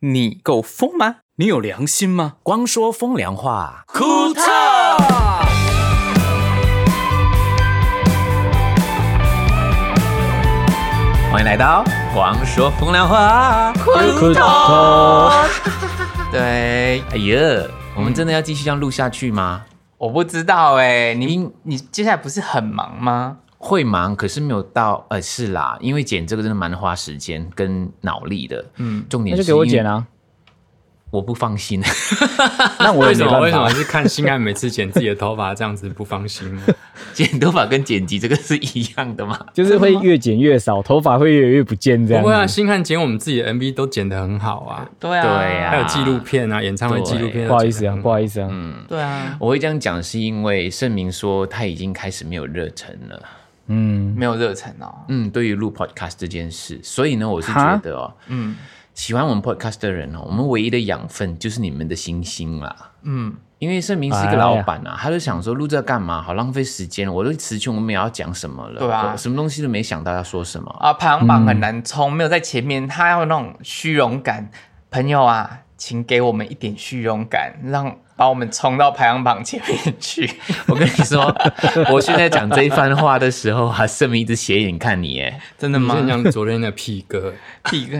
你够疯吗？你有良心吗？光说风凉话，库特。欢迎来到光说风凉话。苦头， 对，哎呀，我们真的要继续这样录下去吗？我不知道哎、你你接下来不是很忙吗？会忙，可是没有到，呃，是啦，因为剪这个真的蛮花时间跟脑力的。嗯，重点那就是给我剪啊，啊。我不放心。 那 我为也什没么为办什么 法。是看心爱每次剪自己的头发这样子不放心呢？剪头发跟剪辑这个是一样的吗？就是会越剪越少，头发会越来越不见这不会啊，样子。星汉剪我们自己的 MV 都剪得很好啊，对啊，对啊还有纪录片啊，演唱会纪录片。不好意思啊，嗯不好意思啊，对啊，我会这样讲是因为盛明说他已经开始没有热忱了。嗯，没有热忱哦。嗯，对于录 podcast 这件事，所以呢，我是觉哈得哦，嗯喜欢我们 podcast 的人哦，我们唯一的养分就是你们的星星啦。嗯，因为盛明是一哎个呀老板啊，他就想说录这干嘛？好浪费时间，我都词穷，我们也要讲什么了，对啊我什么东西都没想到要说什么。啊，排行榜很难冲，没有在前面，他要那种虚荣感。朋友啊，请给我们一点虚荣感，让把我们冲到排行榜前面去。 我跟你说， 我现在讲这一番话的时候啊，盛明一直斜眼看你，哎，真的你吗？先讲昨天的屁哥，屁哥，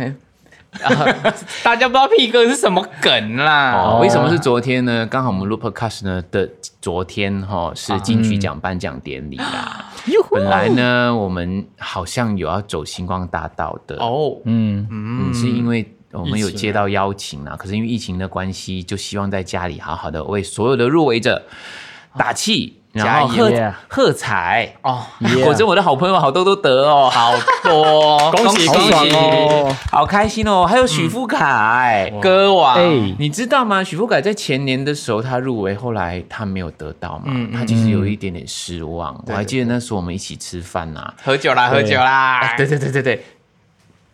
啊， 大家不知道屁哥是什么梗啦。哦，为什么是昨天呢？刚好我们录 podcast 呢的昨天哈、哦、是金曲奖颁奖典礼啊啦。本来呢，我们好像有要走星光大道的哦，嗯，嗯，是因为我们有疫情啊接到邀请嗯啦，可是因为疫情的关系，就希望在家里好好的为所有的入围者打气，然后哦加油喝 Yeah 喝彩。哦， Yeah 果真，我的好朋友好多都得哦，好多，恭喜恭好喜爽哦！好开心哦！还有许富凯，歌王，哎，你知道吗？许富凯在前年的时候他入围，后来他没有得到嘛，嗯嗯嗯他其实有一点点失望。我还对记得那时候我们一起吃饭呐、喝酒啦，喝酒啦，对对对对对，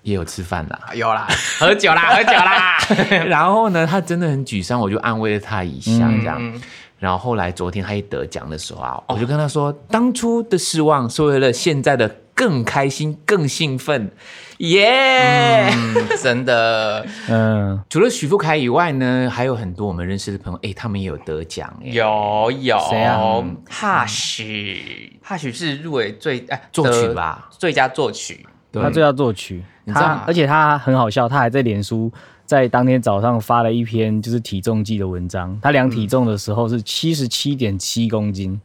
也有吃饭 啦。有啦，喝酒 啦，喝酒啦，然后呢，他真的很沮丧，我就安慰了他一下，这样。嗯然后后来昨天他一得奖的时候啊，我就跟他说，当初的失望是为了现在的更开心、更兴奋，耶、嗯，真的嗯，除了许富凯以外呢，还有很多我们认识的朋友，哎，他们也有得奖哎。有有，谁啊哈许，哈许是入围最哎嗯作曲，吧，得最佳作曲，对他最要作曲，你知道他而且他很好笑，他还在脸书在当天早上发了一篇就是体重计的文章，他量体重的时候是嗯七十七点七公斤，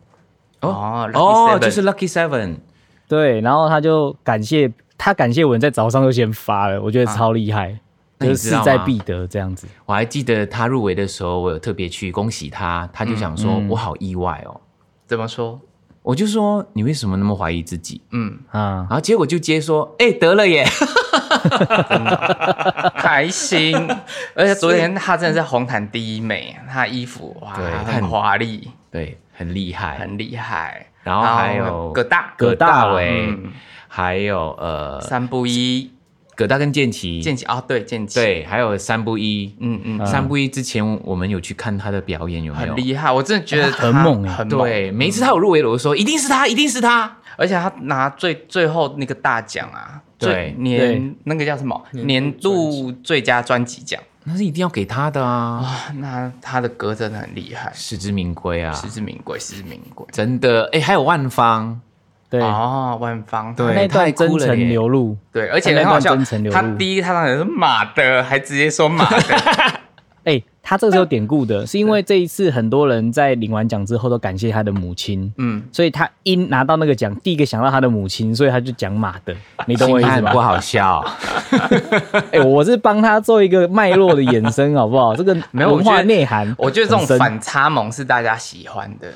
哦哦， Lucky Seven 就是 Lucky Seven，对，然后他就感谢他感谢文在早上就先发了，我觉得超厉害，啊那就你是知道势吗在必得这样子。我还记得他入围的时候，我有特别去恭喜他，他就想说，我好意外哦，怎么说？我就说你为什么那么怀疑自己？嗯，啊然，后结果就接说，哎，得了耶， 开心，而且昨天他真的是红毯第一美，他衣服哇对很很华丽，对，很厉害。很厉害，然后还有葛大，葛大为，嗯还有呃，三不一，葛大跟建奇，剑奇哦，对，剑奇，，对，还有三不一，嗯嗯，三不一之前我们有去看他的表演，有没很？有厉害，我真的觉得他 很猛欸很猛。对，每一次他有入围了，我就说一定是他，一定是他。而且他拿最最后那个大奖啊，对最年那个叫什么年度最佳专辑奖那是一定要给他的啊，啊，那他的歌真的很厉害，实至名归啊，实至名归，实至名归。真的。哎、还有万芳，对，哦，万芳对那一太段哭真了诚耶流露，对，而且他很那好段笑真诚，流露他第一他当然是马的，还直接说马 的，哎、他这是有典故的，是因为这一次很多人在领完奖之后都感谢他的母亲，嗯，所以他一拿到那个奖，第一个想到他的母亲，所以他就讲马 的，你懂我星意思汉不吗？好笑，哎、我是帮他做一个脉络的衍生，好不好？这个 没有我文觉化得内涵，我觉得这种嗯很深反差萌是大家喜欢的，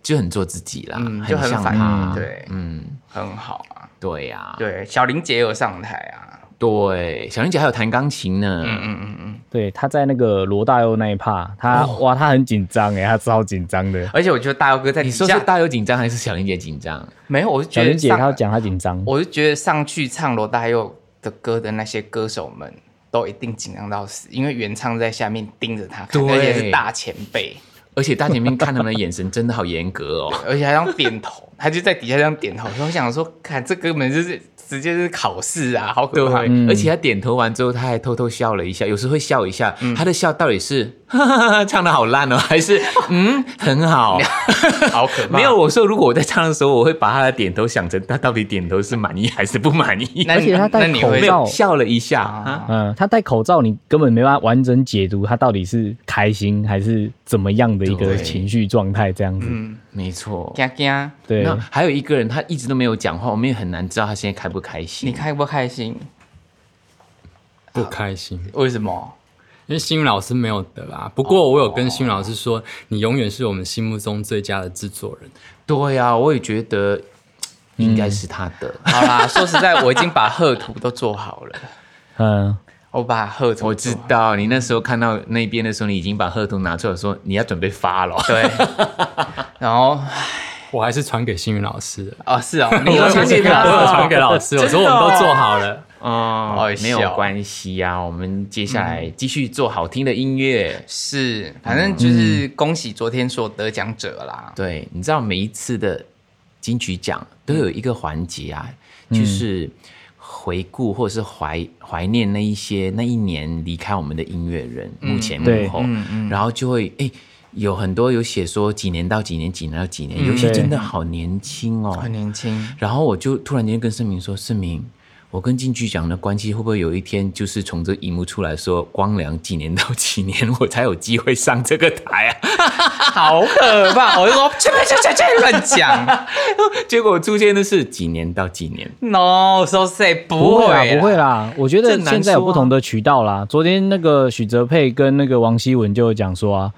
就很做自己啦，嗯就很很像反他。对嗯，很好啊。对呀、对，小林姐有上台啊，对，小玲姐还有弹钢琴呢。嗯嗯嗯嗯，对，他在那个罗大佑那一趴，他、哦哇，他很紧张哎，他超紧张的。而且我觉得大佑哥在底你说下是大佑紧张还是小玲姐紧张？没有，我就觉小得玲姐上她讲她紧张，我就觉得上去唱罗大佑的歌的那些歌手们，都一定紧张到死，因为原唱在下面盯着他看，对而且是大前辈，而且大姐妹看他们的眼神真的好严格哦。 而且还这样点头，他就在底下这样点头。所以我想说，看这根本就是直接是考试啊，好对可怕。而且他点头完之后，他还偷偷笑了一下，有时会笑一下。嗯他的笑到底是 唱的好烂哦，还是 嗯 很好？好可怕。没有，，我说如果我在唱的时候，我会把他的点头想成他到底点头是满意还是不满意。那而且他戴那你口会没罩有笑了一下啊啊，嗯，他戴口罩，你根本没办法完整解读他到底是开心还是怎么样的一个对情绪状态这样子。嗯，没错。惊惊，对，那还有一个人，他一直都没有讲话，我们也很难知道他现在开不开心。你开不开心？不开心，为什么？因为心宇老师没有得啦。不过我有跟心宇老师说，你永远是我们心目中最佳的制作人。对呀、我也觉得嘖应该是他的。嗯好啦，说实在，我已经把贺图都做好了， 嗯，我把贺图做我知道你那时候看到那边的时候，你已经把合同拿出来说你要准备发了。 对，然后我还是传给心宇老师的，哦是哦，我你有传给我有传他，给老师，我哦说我们都做好了。好哦笑嗯没有关系呀、我们接下来继续做好听的音乐。是，反正就是恭喜昨天所有得奖者啦。对，你知道每一次的金曲奖都有一个环节啊，就是回顾或者是怀怀念那一些那一年离开我们的音乐人，幕前幕对后，然后就会哎。有很多有写说几年到几年，几年到几年，有些对真的好年轻哦，很年轻，然后我就突然间跟盛明说：“盛明，我跟金曲奖的关系会不会有一天就是从这荧幕出来说，光良几年到几年我才有机会上这个台啊好 可怕！我就说去去去去乱讲？” 结果出现的是几年到几年， ，no so say 不不会会啦，啊不会啦。我觉这得难现在有说啊不同的渠道啦。昨天那个许哲佩跟那个王希文就有讲说啊，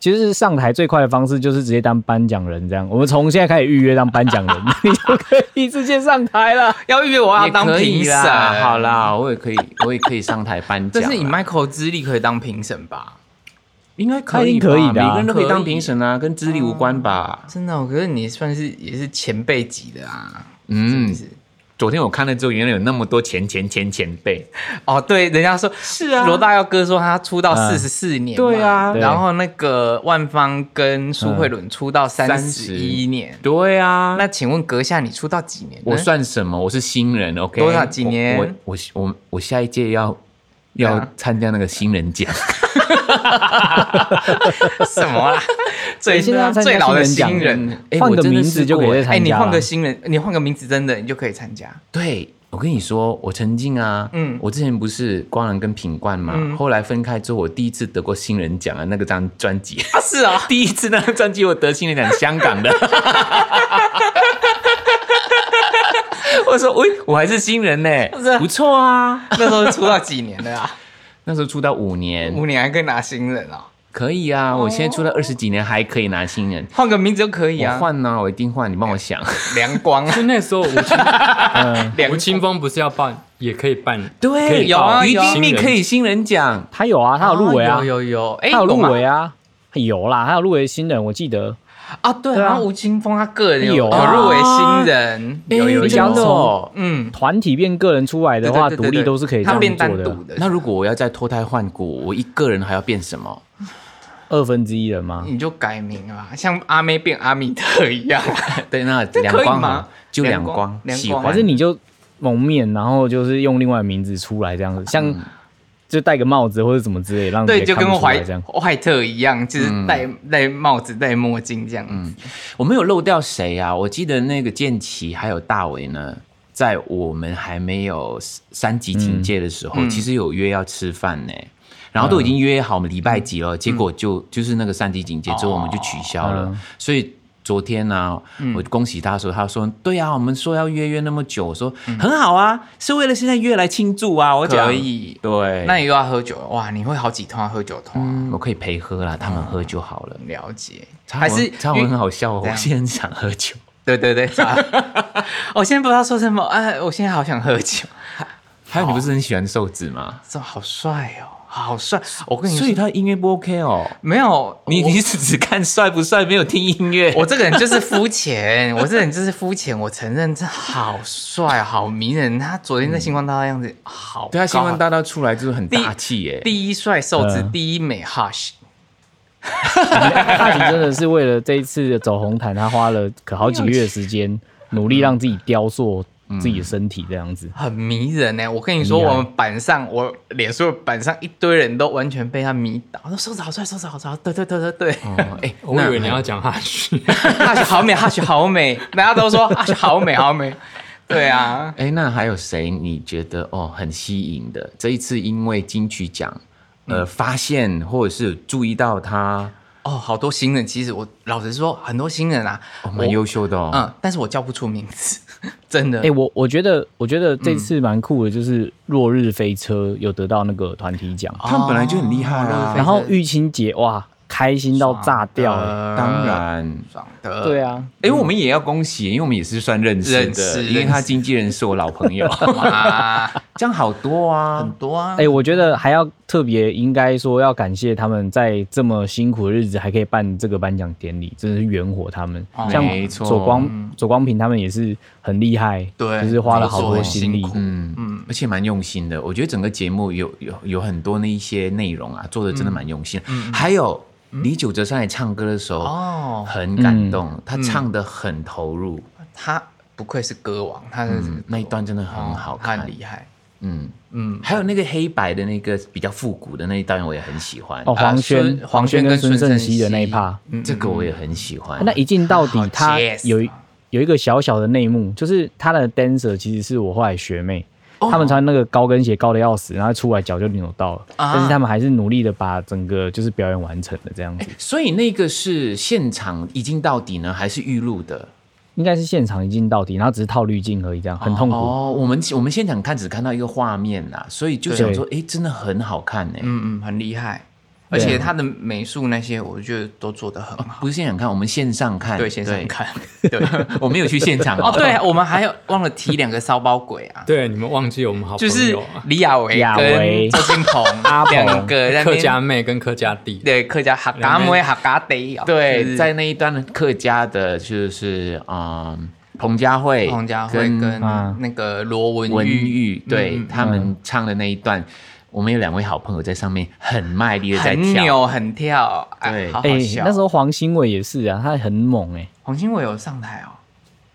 其实上台最快的方式就是直接当颁奖人这样。我们从现在开始预约当颁 奖人，你就可以直接上台了。要预约我要也当可以评审，啦好，啦，我也可以，我也可以上台颁奖啊这啦。是以 Michael 资历可以当评审吧？应该他可一以定吧，可以的啊每个人都可以当可以评审啊，跟资历无关吧？真的哦，可是你算是也是前辈级的啊，是不嗯，是？昨天我看了之后，原来有那么多前前前前辈，哦，对，人家说是嗯啊罗大耀哥说他出道四十四年、对啊对然后那个万芳跟苏慧伦出道嗯三十一31年、对啊，那请问阁下你出道几年呢？我算什么？我是新人，OK？多少几年我我我我我下一届要要啊参加那个新 人奖， 什么啦？ 最你现在要参加最老的新新人人，哎换我个真的名试字就可过哎以再哎、参你加换啦个。新人，你换个名字，真的你就可以参加。对，我跟你说，我曾经啊，嗯我之前不是光良跟品冠嘛，嗯后来分开之后，我第一次得过新人奖啊，那个张专辑，啊，是哦啊，第一次那张专辑我得新人奖，香港的。 我说，喂、我还是新人呢、是啊不错啊。 那时候出道几年 了啊？那时候出道五年，五年还可以拿新人啊、可以啊。我现在出道二十几年，还可以拿新人。换个名字就可以我啊。换呢、我一定换，你帮 我想。梁光，啊 就那时候吴青嗯，梁吴青峰不是要办，也可以办，对有啊于有啊丁密可以新人奖，他有啊，他有入围啊，哦有有有，哎、他有入吗围啊，有啦，他有入围新人，我记得。啊，对对啊然后吴青峰他个人有有啊入围新人，有有哎真你讲的有，哦。嗯，团体变个人出来的话，对对对独对对立都是可以这他样变单做的啊独。的，那如果我要再脱胎换骨，我一个人还要变 什么？二分之一人吗？你就改名啊，像阿妹变阿米特一 样，对，那可以两光吗啊就两光两，光喜欢还是你就蒙面，然后就是用另外名字出来这样子，像就戴个帽子或者怎么之类，嗯让对，别人就看跟不出来怀 这样。嗯怀特一样，就是戴戴帽子、戴墨镜这样子。我们有漏掉谁啊？我记得那个建奇还有大伟呢，在我们还没有三级警戒的时候，嗯其实有约要吃饭呢、然后都已经约好我们礼拜几嗯了，结果就就是那个三级哦警戒之后，我们就取消了。嗯所以昨天呢、嗯我恭喜他的时候，他说：“对啊，我们说要约约那么久，我说、很好啊，是为了现在约来庆祝啊。”我嗯讲可以，对，那你又要喝酒了哇？你会好几通喝酒通啊？嗯我可以陪喝啦，他们喝就好了。了解，插还是插嗯文很好笑哦，怎我样现在很想喝酒。对对对，是吧 我现在不知道说什么，哎，我现在好想喝酒，还有你不是很喜欢瘦子吗？这好帅哦，好帅！我跟你说所以，他音乐不 OK 哦。没有你我你只只看帅不帅，没有听音乐。我这个人就是肤浅，我这个人就是肤浅。我承认，这好帅，好迷人。他昨天在星光大道的样子好， 嗯对他啊星光大道出来就是很第大气耶。第一帅瘦子，嗯第一美 hush，大吉真的是为了这一次的走红毯，他花了可好几个月的时间，努力让自己雕塑自己的身体这样 子。很迷人呢、我跟你说，很厉害我们板上，我脸书的板上一堆人都完全被他迷倒，说瘦子好帅，瘦子好帅，对对对对对，哦 哎，我以为你要讲哈士，哈雪好美，哈雪好美，大家都说哈雪好美，好美，对啊，哎，那还有谁你觉得哦很吸引的？这一次因为金曲奖，呃，发现或者是注意到他，哦，好多新人，其实我老实说，很多新人啊，哦蛮优秀的哦。嗯，但是我叫不出名字， 真的，哎、我我觉得，我觉得这次蛮酷的，就是《落日飞车》有得到那个团体奖，他们本来就很厉害哦啦，然后玉清姐哇，开心到炸掉了。呃当，然。爽的，对啊，哎、我们也要恭喜，因为我们也是算认识的，认识因为认他识经纪人是我老朋 友，哇，这样好多啊 很。多啊，哎、我觉得还要特别应该说要感谢他们在这么辛苦的日子还可以办这个颁奖典礼，真的是圆火他们。哦嗯像没错左光左光平他们也是很厉害，对就是花了好多做力得很辛。苦嗯嗯，而且蛮用心的。我觉得整个节目有有有很多那一些内容啊，做的真的蛮用心。还有李玖哲上来唱歌的时候，哦很感动，他唱的很投入，他不愧是歌王，他是、嗯那一段真的很好他看很。厉害，嗯，嗯，还有那个黑白的那个比较复古的那一段，我也很喜欢。嗯哦，黄轩孙、黄轩跟黄轩跟孙孙胜胜熙的那一熙趴，这个我也很喜欢。那一镜到底好，他结实有一啊有一个小小的内幕，就是他的 dancer 其实是我后来学妹，哦他们穿那个高跟鞋高的要死，然后出来脚就扭到了，啊但是他们还是努力的把整个就是表演完成的这样哎子，所以那个是现场一镜到底呢，还是预录的？应该是现场一镜到底，然后只是套滤镜而已，这样很痛苦。哦，我们我们现场看只看到一个画面啦，所以就想说，哎，真的很好看哎、嗯嗯，很厉害，而对啊且他的美术那些，我觉得都做得很好。不是现场看，我们线上看，对，线上，看，对，我没有去 现场啊哦，对，我们还有忘了提两个骚包鬼啊，对，你们忘记我们好就朋是友啊，李亚维亚跟维周金鹏阿鹏两个在那客边家妹跟客家弟，对客家哈嘎妹哈嘎得啊，就是 对，在那一段客家的，就是嗯，彭佳慧、彭佳慧跟啊那个罗文文玉玉，对嗯他们唱的那一段，我们有两位好朋友在上面很卖力的在很跳，扭很跳，哎，对好哎、好笑。那时候黄兴伟也是啊，他很猛哎、黄兴伟有上台哦，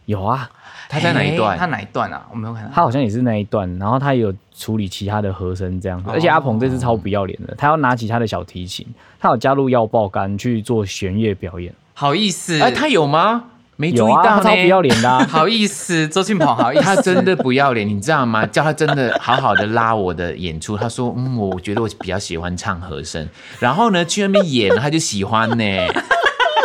有啊，他在哪一段嘿他哪一段啊？我没有看到。他好像也是那一段，然后他也有处理其他的和声这样，而且阿鹏这次超不要脸的，他要拿起他的小提琴，他有加入要爆杆去做弦乐表演。好意思，。哎，他有吗？没哎注有意啊，他到呢超不要脸的、啊 好意思，周俊鹏好意思， 他真 的不要脸，你知道吗？叫他真的好好的拉我的演出，他说：“嗯，我觉得我比较喜欢唱和声。”然后呢，去那边演，他就喜欢呢，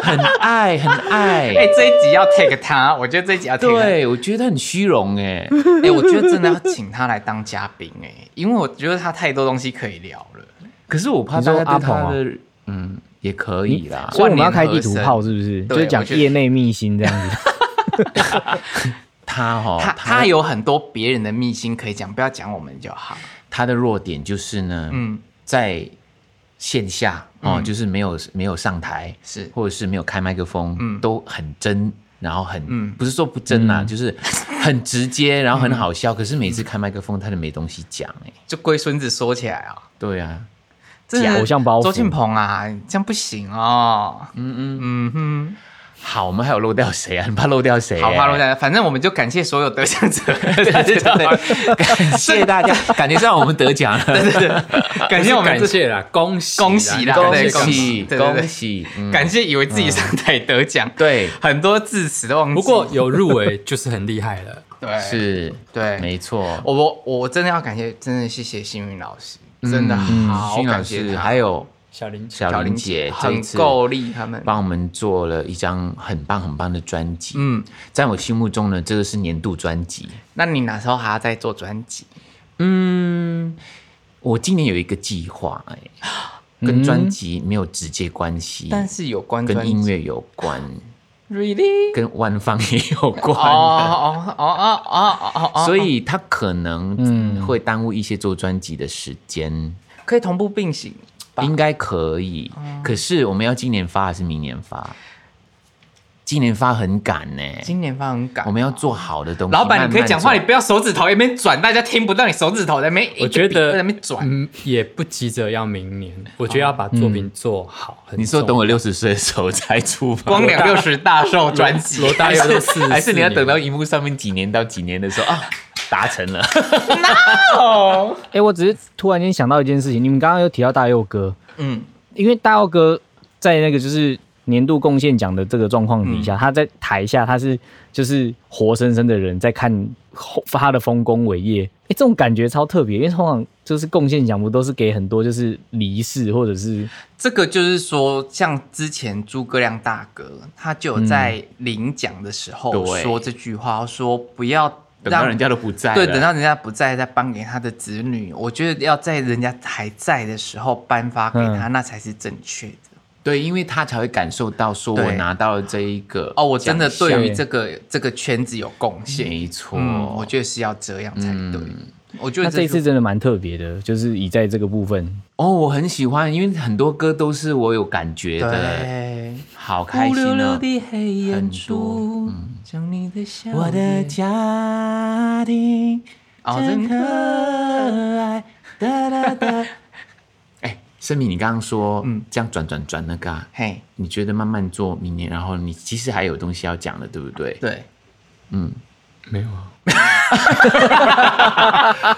很爱，很爱。哎、这一集要 take 他，我觉得这一集要 take 他。对，我觉得很虚荣 哎。哎、我觉得真的要请他来当嘉宾哎、因为我觉得他太多东西可以聊了。可是我怕你说大家对阿鹏他啊的，嗯，也可以啦。所以我们要开地图炮，是不是？对就是讲业内秘辛这样子。他哈，他哦他有很多别人的秘辛可以讲，不要讲我们就好。他的弱点就是呢，嗯，在线下哦，嗯就是没有没有上台，是或者是没有开麦克风，嗯都很真，然后很、嗯嗯不是说不真啊，就是很直接，然后很好笑。可是每次开麦克风，他就没东西讲哎、就龟孙子说起来啊、对啊，真的假偶像包袱周庆鹏啊，这样不行哦。嗯嗯嗯好，我们还有漏掉谁啊？很怕漏掉谁、哼，好，哎话落在，反正我们就感谢所有得奖 者，对对 对，感谢大家，感觉上我们得奖了，感谢我们感这谢啦，恭喜恭喜啦恭对恭喜喜对对对恭喜，嗯感谢以为自己上台得奖，对很多字词都忘记。不过有入围就是很厉害了，对是，对没错。我我我真的要感谢，真的谢谢幸运老师，嗯真的好新老感谢师他，还有小林姐小林姐这一很次够力，他们帮我们做了一张很棒很棒的专辑。嗯，在我心目中呢，这个是年度专辑。那你哪时候还要再做专辑？嗯，我今年有一个计划、哎，跟专辑没有直接关系，嗯但是有关专跟辑音乐有关， ，really？跟万方也有哦关。哦哦哦哦哦哦哦，所以他可能嗯会耽误一些做专辑的时间，可以同步并行吧哦应该可以。可是我们要今年发还是明年发？今年发很赶呢、今年发很赶我，们要做好的东西。老板你可以讲话，慢你慢不要手指头一边转，大家听不到你手指头在那边一个笔，我觉得在那边转。哦嗯，也不急着要明年，我觉得要把作品做好。做。你说等我六十岁的时候再出发，光良六十大寿专辑，罗大佑都四，还是你要等到荧幕上面几年到几年的时候啊，达成了。哦，哎、我只是突然间想到一件事情，你们刚刚有提到大佑哥，嗯，因为大佑哥在那个就是年度贡献奖的这个状况底下，他在台下他是就是活生生的人在看后他的丰功伟业，哎、这种感觉超特别，因为通常就是贡献奖不都是给很多就是离世或者是这个就是说，像之前诸葛亮大哥，他就有在领奖的时候嗯对说这句话，说不要等到让人家都不在了，对，等到人家不在，再颁给他的子女。我觉得要在人家还在的时候颁发给他，那才是正确的。对，因为他才会感受到说我对拿到了这一个哦，我真的奖项对于这个这个圈子有贡献。没错，嗯嗯，我觉得是要这样才对。我觉那得这一次是真的蛮特别的，就是以在这个部分，哦，我很喜欢，因为很多歌都是我有感觉的，对。好开心乌溜溜哦。的黑眼珠很多嗯，将你的笑我的脸家庭哦真真可可爱，哒哒哒。 哎，盛敏，你刚刚说，嗯嗯，这样转转转那个、啊，嘿，你觉得慢慢做明年，然后你其实还有东西要讲的，对不对？对，嗯，没有啊，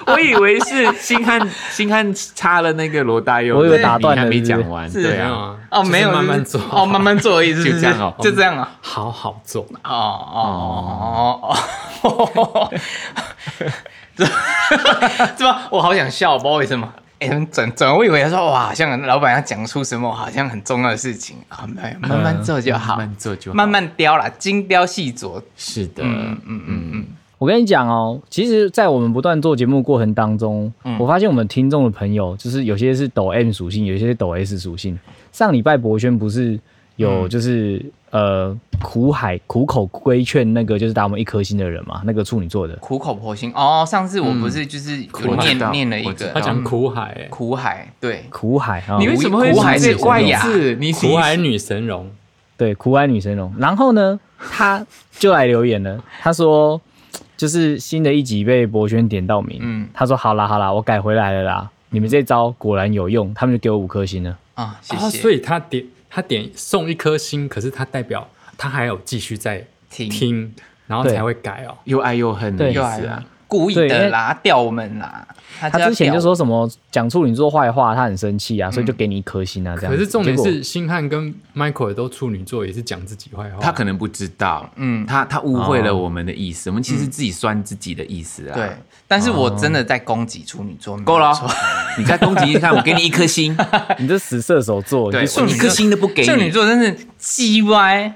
我以为是星汉， 星汉插了那个罗大佑，我以为打断了你还没是不是讲完，是对没有啊，啊，哦，就是没有慢慢做，哦，慢慢做而已，是不是就这样哦就这样啊，好好做。哦哦哦哦， 这吧，我好想笑，我不知道为什么。哎，转转，我以为他说哇，好像老板要讲出什么好像很重要的事情啊，没有，慢慢做就好嗯慢，慢做就好慢慢雕啦，精雕细琢。是的，嗯嗯嗯嗯，我跟你讲哦，其实，在我们不断做节目过程当中，嗯我发现我们听众的朋友，就是有些是抖 M 属性，有些是抖 S 属性。上礼拜博轩不是有嗯就是、呃苦海苦口规劝那个就是打我们一颗星的人嘛，那个处女座的，苦口婆心哦，上次我不是就是有我知念道念了一我知个，道他讲嗯苦海、欸，苦海，对，苦海啊，你为无什么会苦海哦是这是怪神农字？你苦海女神容，对，苦海女神龙。然后呢，她就来留言了，她说就是新的一集被博轩点到名，嗯嗯，她说好啦好啦，我改回来了啦，你们这招果然有用，他们就给我五颗星了。啊，谢啊，谢。所以他点他点送一颗星，可是他代表他还有继续在听听，然后对才会改哦。又爱又恨的对意又来思啊了？，故意对因为的啦，吊我们啦。他他就要嗯之前吊就说什么讲处女座坏话，他很生气啊，所以就给你一颗星啊，这样可子。是重点结果是，星汉跟 Michael 也都处女座，也是讲自己坏话。他可能不知道，哦嗯，嗯他他误会了我们的意思，我们其实自己酸自己的意思啊。对，，哦但是我真的在攻击处女座，够了没错，你再攻击一下，我给你一颗星，你这死射手座，对你就处我女一座颗星都不给处女你。座真是鸡歪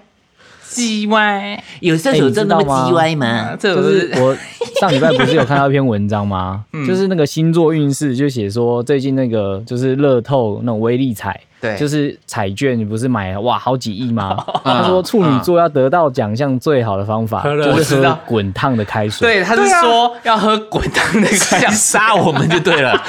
鸡歪，有射手座那么叽歪吗？这就不是嗯是 嗯我上礼拜不是有看到一篇文章吗？就是那个星座运势，就写说最近那个就是乐透那种威力彩，对嗯就是彩券，你不是买了哇好几 亿吗？他说处女座要得到奖项最好的方法喝热就是我知喝道滚烫的开水。对，啊他是说要喝滚烫的想 香水。杀我们就对 了，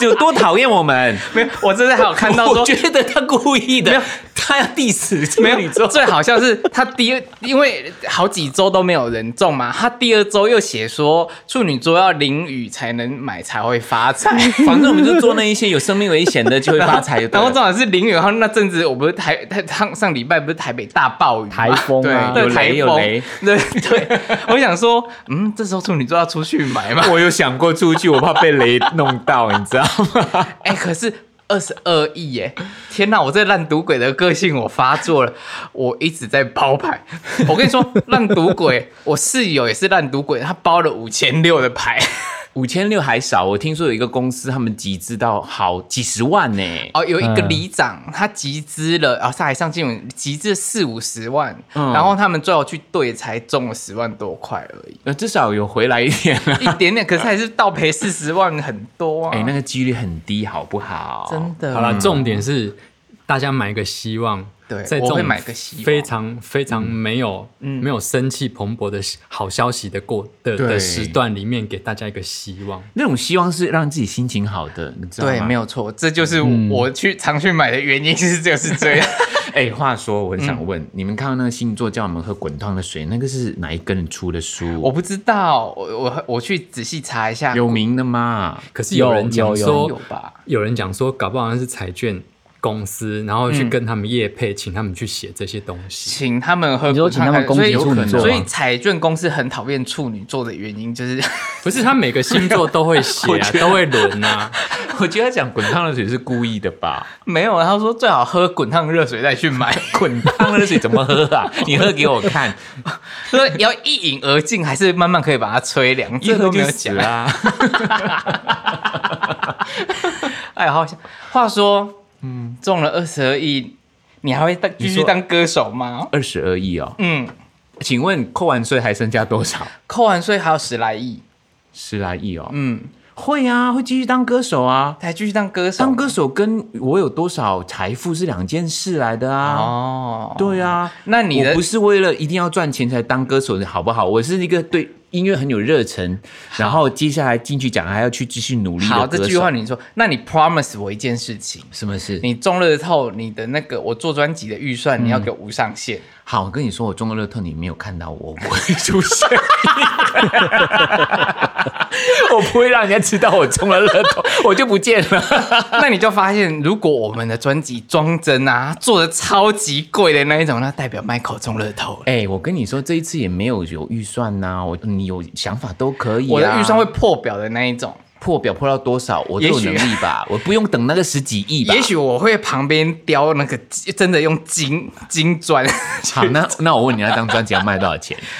有多讨厌我们？ 没有，我真的还有看到我说。觉得他故意没的有，他要 diss 处 没女有，座。最好笑是他第二，因为好几周都没有人中嘛，他第二周又写说处女座要淋雨才能买才会发 财，反正我们就做那一些有生命危险的，就会发财就对然后了。正好是淋雨，然后那阵子我不是台台上上礼拜不是台北大暴雨吗，台风啊对有台雷有风雷，对 对。我想说，嗯，这时候处女座要出去买嘛？ 我有想过出去，我怕被雷弄到，你知道吗？哎、可是二十二亿耶！天哪，我这烂赌鬼的个性我发作了，我一直在包牌。我跟你说，烂赌鬼，我室友也是烂赌鬼，他包了五千六的牌。 五千六还少，我听说有一个公司他们集资到好几十万呢、哦，有一个嗯里长，他集资了，啊，上海上新闻集资了四五十万，嗯然后他们最后去兑才中了十万多块而已。 呃，至少有回来一点啊。一点点，可是还是倒赔四十万，很多啊！哎、那个几率很低，好不好？哦真的好啦，重点是大家买一个希望，对在这我会种买个希望非常非常没有、没有生气蓬勃的好消息的过的对的时段里面，给大家一个希望。那种希望是让自己心情好的，你知道吗？啊对，没有错，这就是嗯我去常去买的原因，是就是这样。 哎、话说，我很嗯想问，你们看到那个星座叫我们喝滚烫的水，那个是哪一根出的书？我不知道，我我我去仔细查一下，有名的嘛？可是有人有讲有说，有吧？有人讲说，搞不好好像是彩券公司，然后去跟他们业配，请他们去写这些东 西。请他们喝你说滚请烫他开们水，所攻击处以女座所吗，以彩券公司很讨厌处女座的原因就是， 不是他每个星座都会写我啊觉，得都会轮啊。 我觉得讲滚烫的水是故意的吧？没有，他说最好喝滚烫热水再去 买，滚烫的水怎么喝 啊？你喝给我看，说要一饮而尽，还是慢慢可以把它吹凉，一 这喝都没就有死讲。了啊！哎，好想，话说，嗯，中了二十二亿，你还会当继续当歌手吗？二十而已哦，嗯，请问扣完税还剩下多少？扣完税还有十来亿，十来亿哦。嗯，会啊，会继续当歌手啊。还继续当歌手，当歌手跟我有多少财富是两件事来的啊。哦，对啊，那你的我不是为了一定要赚钱才当歌手的好不好？我是一个对音乐很有热忱，然后接下来进去讲还要去继续努力的好，歌手这句话你说，那你 promise 我一件事情，什么事？你中乐透，你的那个我做专辑的预算，你要给我无上 限。好，我跟你说，我中了乐透，你没有看到我，我不 会出现， 我不会让人家知道我中了乐透，我就不见 了。那你就发现，如果我们的专辑装帧啊做的超级贵的那一种，那代表 Michael 中乐透 了。哎、我跟你说，这一次也没有有预算呐、我你有想法都可以、啊。我的预算会破表的那一种，破表破到多少，我都有也许能力吧，我不用等那个十几亿吧。也许我会旁边雕那个金真的用金金砖， 好，那那我问你，那张专辑要卖多少钱？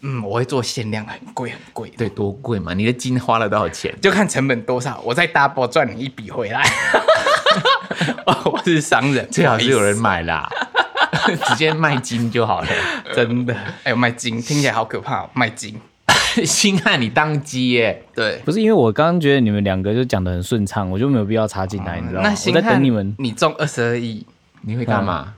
嗯，我会做限量，很贵很贵的，对，多贵嘛？你的金花了多少钱？就看成本多少，我再 double 赚你一笔回 来。哦，我是商人，最好是有人不买啦， 直接卖金就好了。 好意思真的，哎、卖金听起来好可怕、哦，卖金，星汉，你当机耶？对。不是因为我刚刚觉得你们两个就讲的很顺畅，我就没有必要插进来，你知哦道吗？嗯那我星在汉，等你们。你中二十二亿，你会干嘛？嗯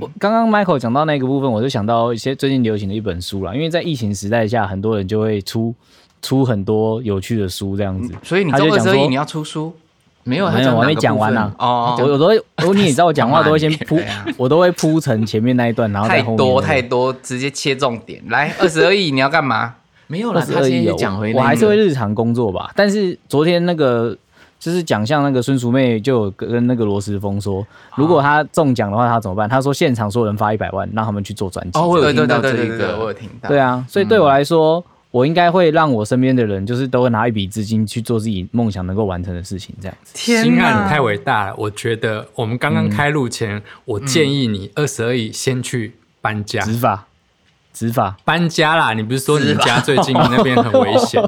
我刚刚 Michael 讲到那个部分，我就想到一些最近流行的一本书啦，因为在疫情时代下，很多人就会出出很多有趣的书这样子，嗯所以你他中就二讲十二亿，你说。要出书没有，啊没有，我还没讲完啊呢、呢。哦。我我都会，我你也知道，我讲话都会先 铺对啊，我都会铺成前面那一段，然后太再后面多那太个多，直接切重点。来，二十二亿，你要干嘛？ 没有啦，他22现在有就讲回那个，哦我还是会日常工作吧。但是昨天那个就是奖项那个孙淑妹就有跟那个罗时峰说，如哦果她中奖的话，她怎么办？她说现场所有人发一百万，让他们去做专辑。哦，我有对听对到对这对对一对，我有个，听到。对，啊，所以嗯对我来说，我应该会让我身边的人，就是都会拿一笔资金去做自己梦想能够完成的事情，这样子。天星汉，哪，你太伟大了！我觉得我们刚刚开录前，我建议你二十二亿先去搬啊家，执法，执法，搬家啦！你不是说你们家最近那边很危险？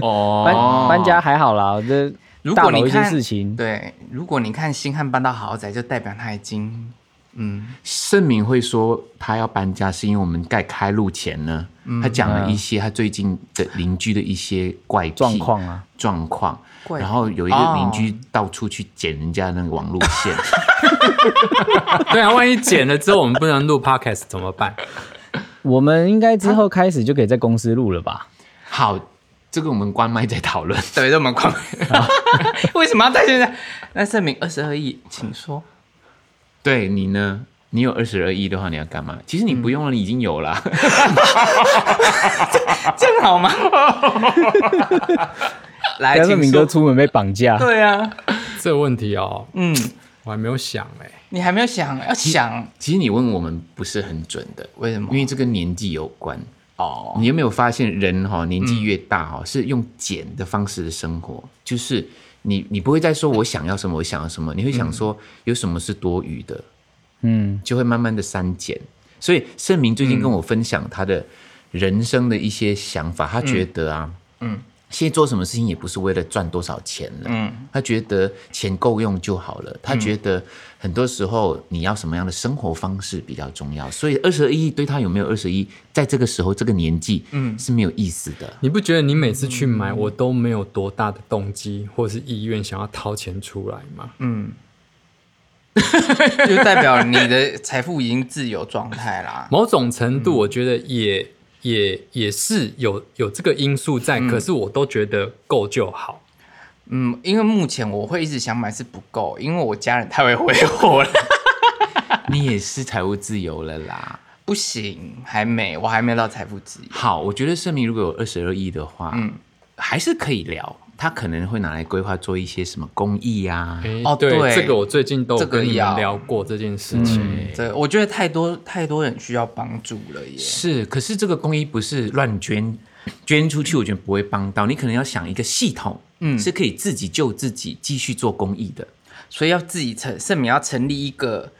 哦搬、搬家还好啦，这如大果楼你一些看事情，对，如果你看星汉搬到豪宅，就代表他已经嗯，盛明会说他要搬家，是因为我们在开录前呢，嗯他讲了一些他最近的邻居的一些怪癖状况哦啊状况，怪癖然后有一个邻居到处去剪人家那个网路 线，对啊，万一剪了之后我们不能录 podcast 怎么办？我们应该之后开始就可以在公司录了吧？好，这个我们关麦再讨论。 对，这么快， 为什么要在现在？那证明二十二亿，请说。对你呢？你有二十二亿的话，你要干嘛？其实你不用了，你已经有了。 这样好吗？ 来，啊但是请明哥说。出门被绑架，对啊，这个问题哦，嗯，我还没有想哎、你还没有想，要想其实你问我们不是很准的，为什么因为这跟年纪有关。哦，你有没有发现人哈、年纪越大嗯哈、是用减的方式的生活，就是你你不会再说我想要什么，我想要什么，你会想嗯说有什么是多余的，嗯，就会慢慢的删减。所以盛明最近跟我分享他的人生的一些想法，他觉得啊，嗯嗯，现在做什么事情也不是为了赚多少钱了，嗯他觉得钱够用就好了。他觉得很多时候你要什么样的生活方式比较重要。所以二十一对他有没有二十一，在这个时候这个年纪，嗯，是没有意思的。你不觉得你每次去买，我都没有多大的动机或是意愿想要掏钱出来吗？嗯，就代表你的财富已经自由状态啦。某种程度，我觉得也、也也是有有这个因素在，可是我都觉得够就好。嗯，因为目前我会一直想买是不够，因为我家人太会挥霍了，啊你也是财务自由了啦。不行，还没，我还没到财富自由。好，我觉得盛明如果有二十二亿的话，嗯，还是可以聊。他可能会拿来规划做一些什么公益啊，诶哦对，对这个我最近都有这个跟你要嗯们聊过这件事情。这我觉得太多太多人需要帮助了耶。是。可是这个公益不是乱捐，捐出去我觉得不会帮到你，可能要想一个系统，嗯，是可以自己救自己，继续做公益的。所以要自己成盛明要成立一个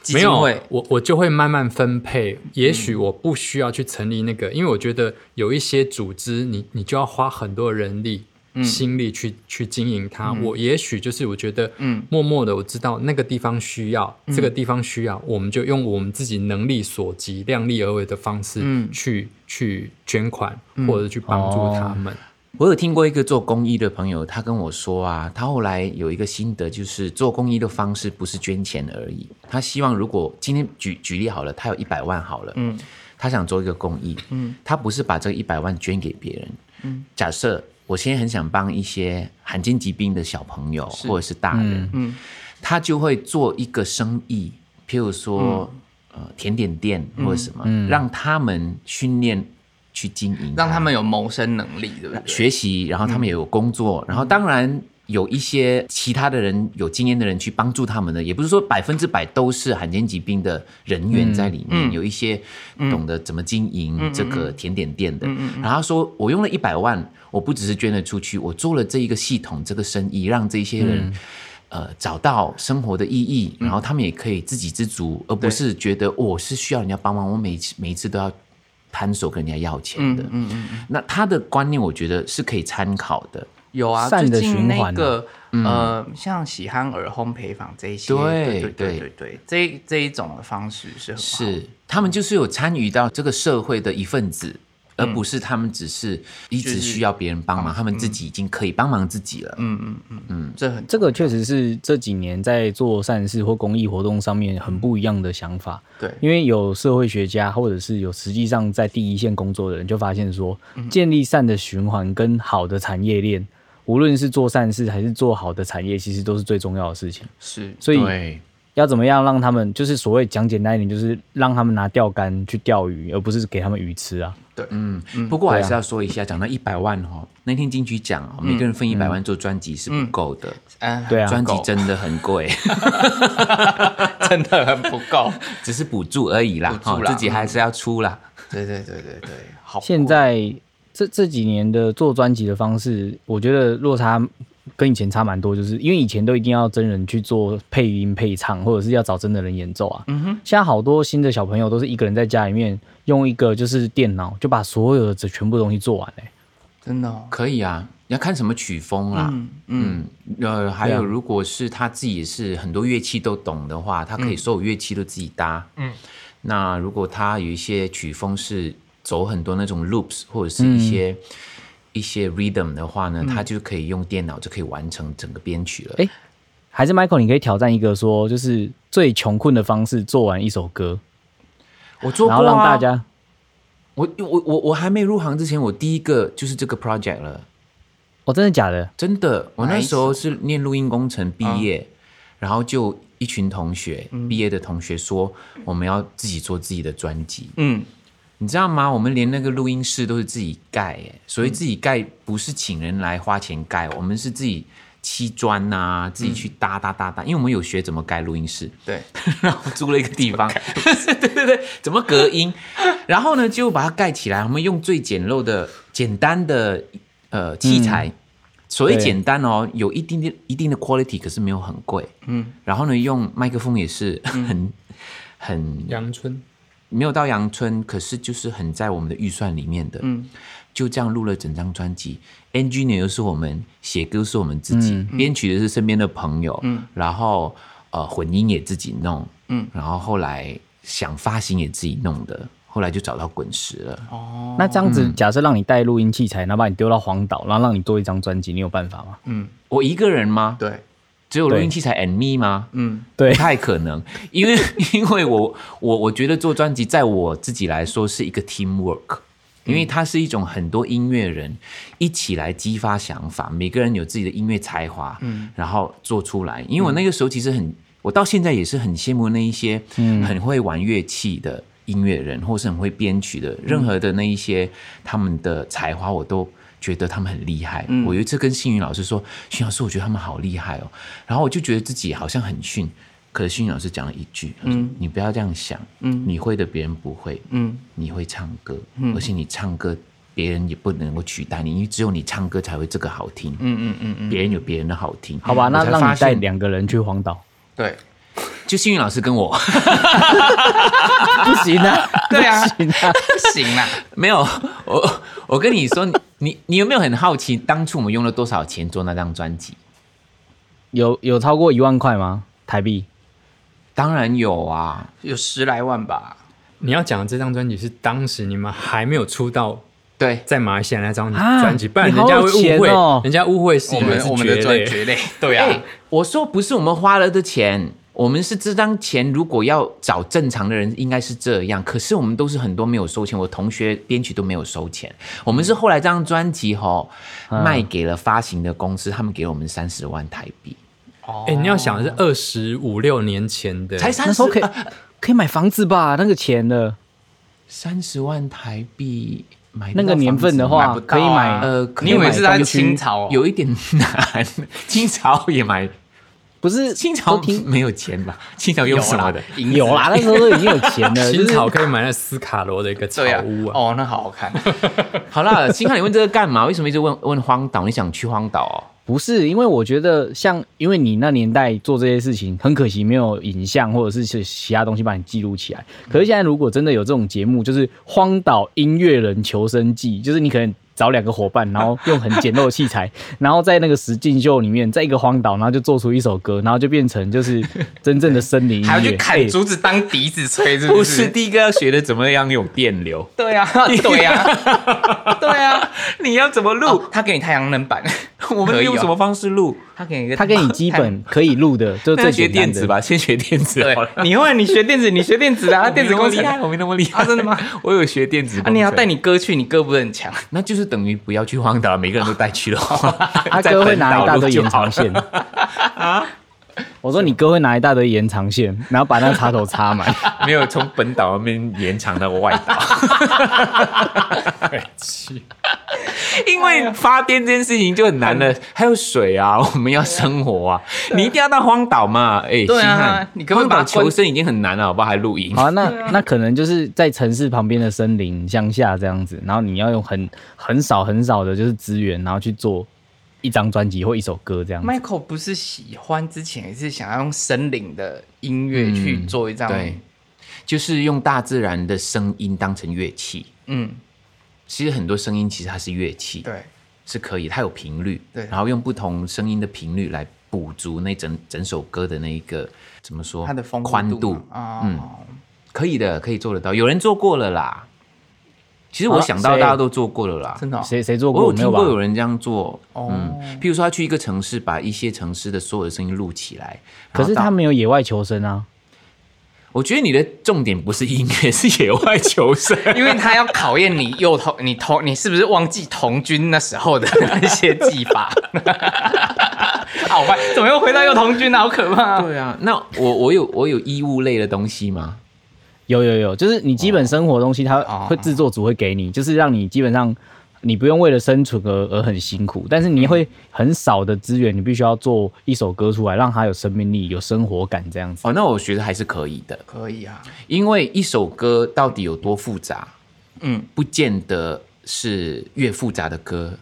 基没金有会，，嗯我我就会慢慢分配。也许我不需要去成立那个，因为我觉得有一些组织你，你就要花很多人力、嗯心力去去经营它。我也许就是我觉得，嗯嗯，默默的我知道那个地方需要，这个地方需要，我们就用我们自己能力所及、量力而为的方式嗯哦去、去捐款或者去帮助他们。我有听过一个做公益的朋友，他跟我说啊，他后来有一个心得，就是做公益的方式不是捐钱而已。他希望如果今天举举例好了，他有一百万好了，嗯，他想做一个公益，嗯，他不是把这一百万捐给别人，嗯，假设我现在很想帮一些罕见疾病的小朋友或者是大人，嗯，他就会做一个生意，譬如说、呃甜点店或者什么，让他们训练去经营它，让他们有谋生能力，对不对？嗯学习，然后他们也有工作，然后当然有一些其他的人有经验的人去帮助他们的，也不是说百分之百都是罕见疾病的人员在里嗯面，有一些懂得怎么经营这个甜点店嗯的。然后他说我用了一百万，我不只是捐了出去，我做了这一个系统，这个生意让这些人。嗯呃，找到生活的意义，然后他们也可以自给自足，而不是觉得、哦我是需要人家帮忙，我每次每一次都要摊手跟人家要钱的。嗯嗯嗯，那他的观念，我觉得是可以参考的。有啊，善的最近循那环啊个呃，像喜憨儿烘焙坊这一些，对对对对对，这一这一种的方式是很好是，他们就是有参与到这个社会的一份子，而不是他们只是一直需要别人帮忙，他们自己已经可以帮忙自己了。嗯，这很这个确实是这几年在做善事或公益活动上面很不一样的想法。对因为有社会学家或者是有实际上在第一线工作的人，就发现说，建立善的循环跟好的产业链，无论是做善事还是做好的产业，其实都是最重要的事情。是所以要怎么样让他们，就是所谓讲简单一点，就是让他们拿钓竿去钓鱼，而不是给他们鱼吃啊。嗯，不过还是要说一下，讲到一百万哦，那天金曲奖哦，每个人分一百万做专辑是不够的，嗯，对啊，专辑真的很贵，真的 很不够。 只是补助而已啦，补哈助，啦嗯自己还是要出啦。对对对对对，好贵。现在这这几年的做专辑的方式，我觉得落差跟以前差蛮多，就是因为以前都一定要真人去做配音配唱，或者是要找真的人演奏啊。嗯哼。现在好多新的小朋友都是一个人在家里面用一个就是电脑就把所有的这全部东西做完嘞、真的哦，可以啊，你要看什么曲风啦。嗯呃，还对有啊如果是他自己也是很多乐器都懂的话，他可以所有乐器都自己搭。嗯，那如果他有一些曲风是走很多那种 loops 或者是一些、嗯一些 rhythm 的话呢，他就可以用电脑就可以完成整个编曲了。诶还是 Michael，你可以挑战一个说，就是最穷困的方式做完一首歌，我做过、啊，然后让大家我我我我还没入行之前，我第一个就是这个 project 了。哦，真的假的？真的，我哪那一时候是念录音工程毕业，嗯然后就一群同学、毕业的同学说，我们要自己做自己的专辑。嗯，你知道吗？我们连那个录音室都是自己盖，哎，所以自己盖不是请人来花钱盖，我们是自己砌砖呐、自己去搭搭搭搭，因为我们有学怎么盖录音室。 对，然后租了一个地方， 对对对，怎么隔音？然后呢，就把它盖起来。我们用最简陋的、简单的呃器材，所谓对简单哦，有一定的一定的 quality，可是没有很贵。嗯，然后呢，用麦克风也是 很、很阳春，没有到阳春，可是就是很在我们的预算里面的。嗯，就这样录了整张专辑。engineer 是我们，写歌是我们自己，嗯编曲的是身边的朋友，嗯，然后呃混音也自己弄，嗯，然后后来想发行也自己弄的，后来就找到滚石了。那这样子，假设让你带录音器材，然后把你丢到荒岛，然后让你做一张专辑，你有办法吗？我一个人吗？对，只有录音器材 and me 吗？嗯，对不太可能，因为 因为我我我觉得做专辑，在我自己来说是一个 teamwork，因为它是一种很多音乐人一起来激发想法，每个人有自己的音乐才华，嗯，然后做出来。因为我那个时候其实很，我到现在也是很羡慕那一些很会玩乐器的音乐人，或是很会编曲的，任何的那一些他们的才华，我都。觉得他们很厉害，我有一次跟星云老师说：“星云老师，我觉得他们好厉害哦。”然后我就觉得自己好像很逊，可是星云老师讲了一句：“嗯，你不要这样想，嗯，你会的别人不会，嗯，你会唱歌，嗯而且你唱歌别人也不能够取代你，因为只有你唱歌才会这个好听，嗯嗯嗯嗯，别人有别人的好听，好嗯吧，我那才让发你带现两个人去荒岛，对，就星云老师跟我 不行啊，对啊不行啊，行啦，没有，我我跟你说，你你你有没有很好奇，当初我们用了多少钱做那张专辑？有有超过一万块吗？台币？当然有啊，有十来万吧。你要讲的这张专辑是当时你们还没有出道，对。在马来西亚那张啊专辑，不然你好人家会有钱误会，哦人家误会是我以为们是我们的专类。绝类， 对哎、啊，我说不是我们花了的钱，我们是这张钱如果要找正常的人，应该是这样。可是我们都是很多没有收钱，我同学编曲都没有收钱。我们是后来这张专辑吼、啊卖给了发行的公司，他们给了我们三十万台币，哦哎，你要想的是二十五六年前的，才那三时十候可以可以买房子吧？那个钱的，三十万台币买不那到个年份的房子话买不可到以啊买，呃，你以为是可在以买清朝哦有一点难， 清朝也买，不是清朝都听没有钱吧？清朝用什么的？银子 有啦，那时候都已经有钱 了，就新是草可以买那斯卡罗的一个草对啊屋，啊。哦，那好好 看，好啦， 星汉，你问这个干嘛？为什么一直问问荒岛？你想去荒岛哦？不是，因为我觉得像，因为你那年代做这些事情，很可惜没有影像或者是是其他东西把你记录起来。可是现在如果真的有这种节目，就是《荒岛音乐人求生记》，就是你可能找两个伙伴，然后用很简陋的器材，然后在那个实境秀里面，在一个荒岛，然后就做出一首歌，然后就变成就是真正的森林音乐。还要去砍哎竹子当笛子吹，是不是是？第一个要学的怎么样有电流？ 对 啊，对啊，对啊，你要怎么录？哦他给你太阳能板， 我可们以用哦什么？方式录？ 他给你一个，他给你基本可以录的，就那最学简单电子的。吧， 先学电子对好了。，你会你学电子，你学电子的 啊，啊，电子工厉程害，啊，我没那么 厉害真的吗？我有学电子工程。你要带，你哥去，你哥不是很强？那就是等于不要去荒岛，每个人都带去的话， 他在哥会本岛拿一大录堆就延好长了线。 我说你哥会拿一大堆延长线，然后把那个插头 插满。没有从本岛那边延长到外 岛。哎因为发电这件事情就很难哎了，还有水啊，我们要生活啊，你一定要到荒岛嘛，哎，对啊星汉你根本荒把岛它关哦求生已经很难了，好不好？还露营好、，啊，那那可能就是在城市旁边的森林、乡下这样子，然后你要用很很少很少的就是资源，然后去做一张专辑或一首歌这样子。 Michael 不是喜欢之前也是想要用森林的音乐去做一张，嗯对，就是用大自然的声音当成乐器。嗯，其实很多声音其实它是乐器，对，是可以，它有频率，对然后用不同声音的频率来补足那整整首歌的那一个怎么说？它的丰富宽度嘛啊，嗯可以的，可以做得到，有人做过了啦。其实好我想到谁大家都做过了啦，真的哦谁谁做我过？有没听有吧过？有人这样做，哦嗯，譬如说他去一个城市，把一些城市的所有的声音录起来。然后可是到他，没有野外求生啊。我觉得你的重点不是音乐，是野外求生。 因为他要考验你幼童，你童你是不是忘记童军那时候的那些技法？好吧，怎么又回到幼童军啊？好可怕、啊！对啊，那我我有我有衣物类的东西吗？有有有，就是你基本生活的东西，它会制作组会给你，就是让你基本上你不用为了生存而而很辛苦，但是你会很少的资源，你必须要做一首歌出来，让它有生命力、有生活感这样子。哦，那我觉得还是可以的，可以啊，因为一首歌到底有多复杂，嗯不见得是越复杂的歌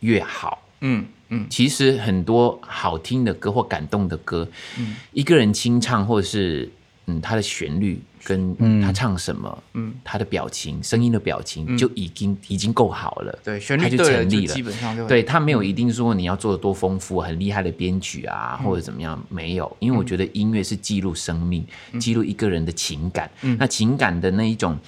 越好。嗯嗯，其实很多好听的歌或感动的歌，嗯一个人清唱或者是嗯，他的旋律跟他唱什么，嗯，他的表情、声音的表情就已经已经够好了，嗯对，旋律它就对了，成就立基本上就嗯对他没有一定说你要做的多丰富、很厉害的编曲啊，或者怎么样，没有，因为我觉嗯得音乐是记录生命、记录一个人的情感，那情感的那一种。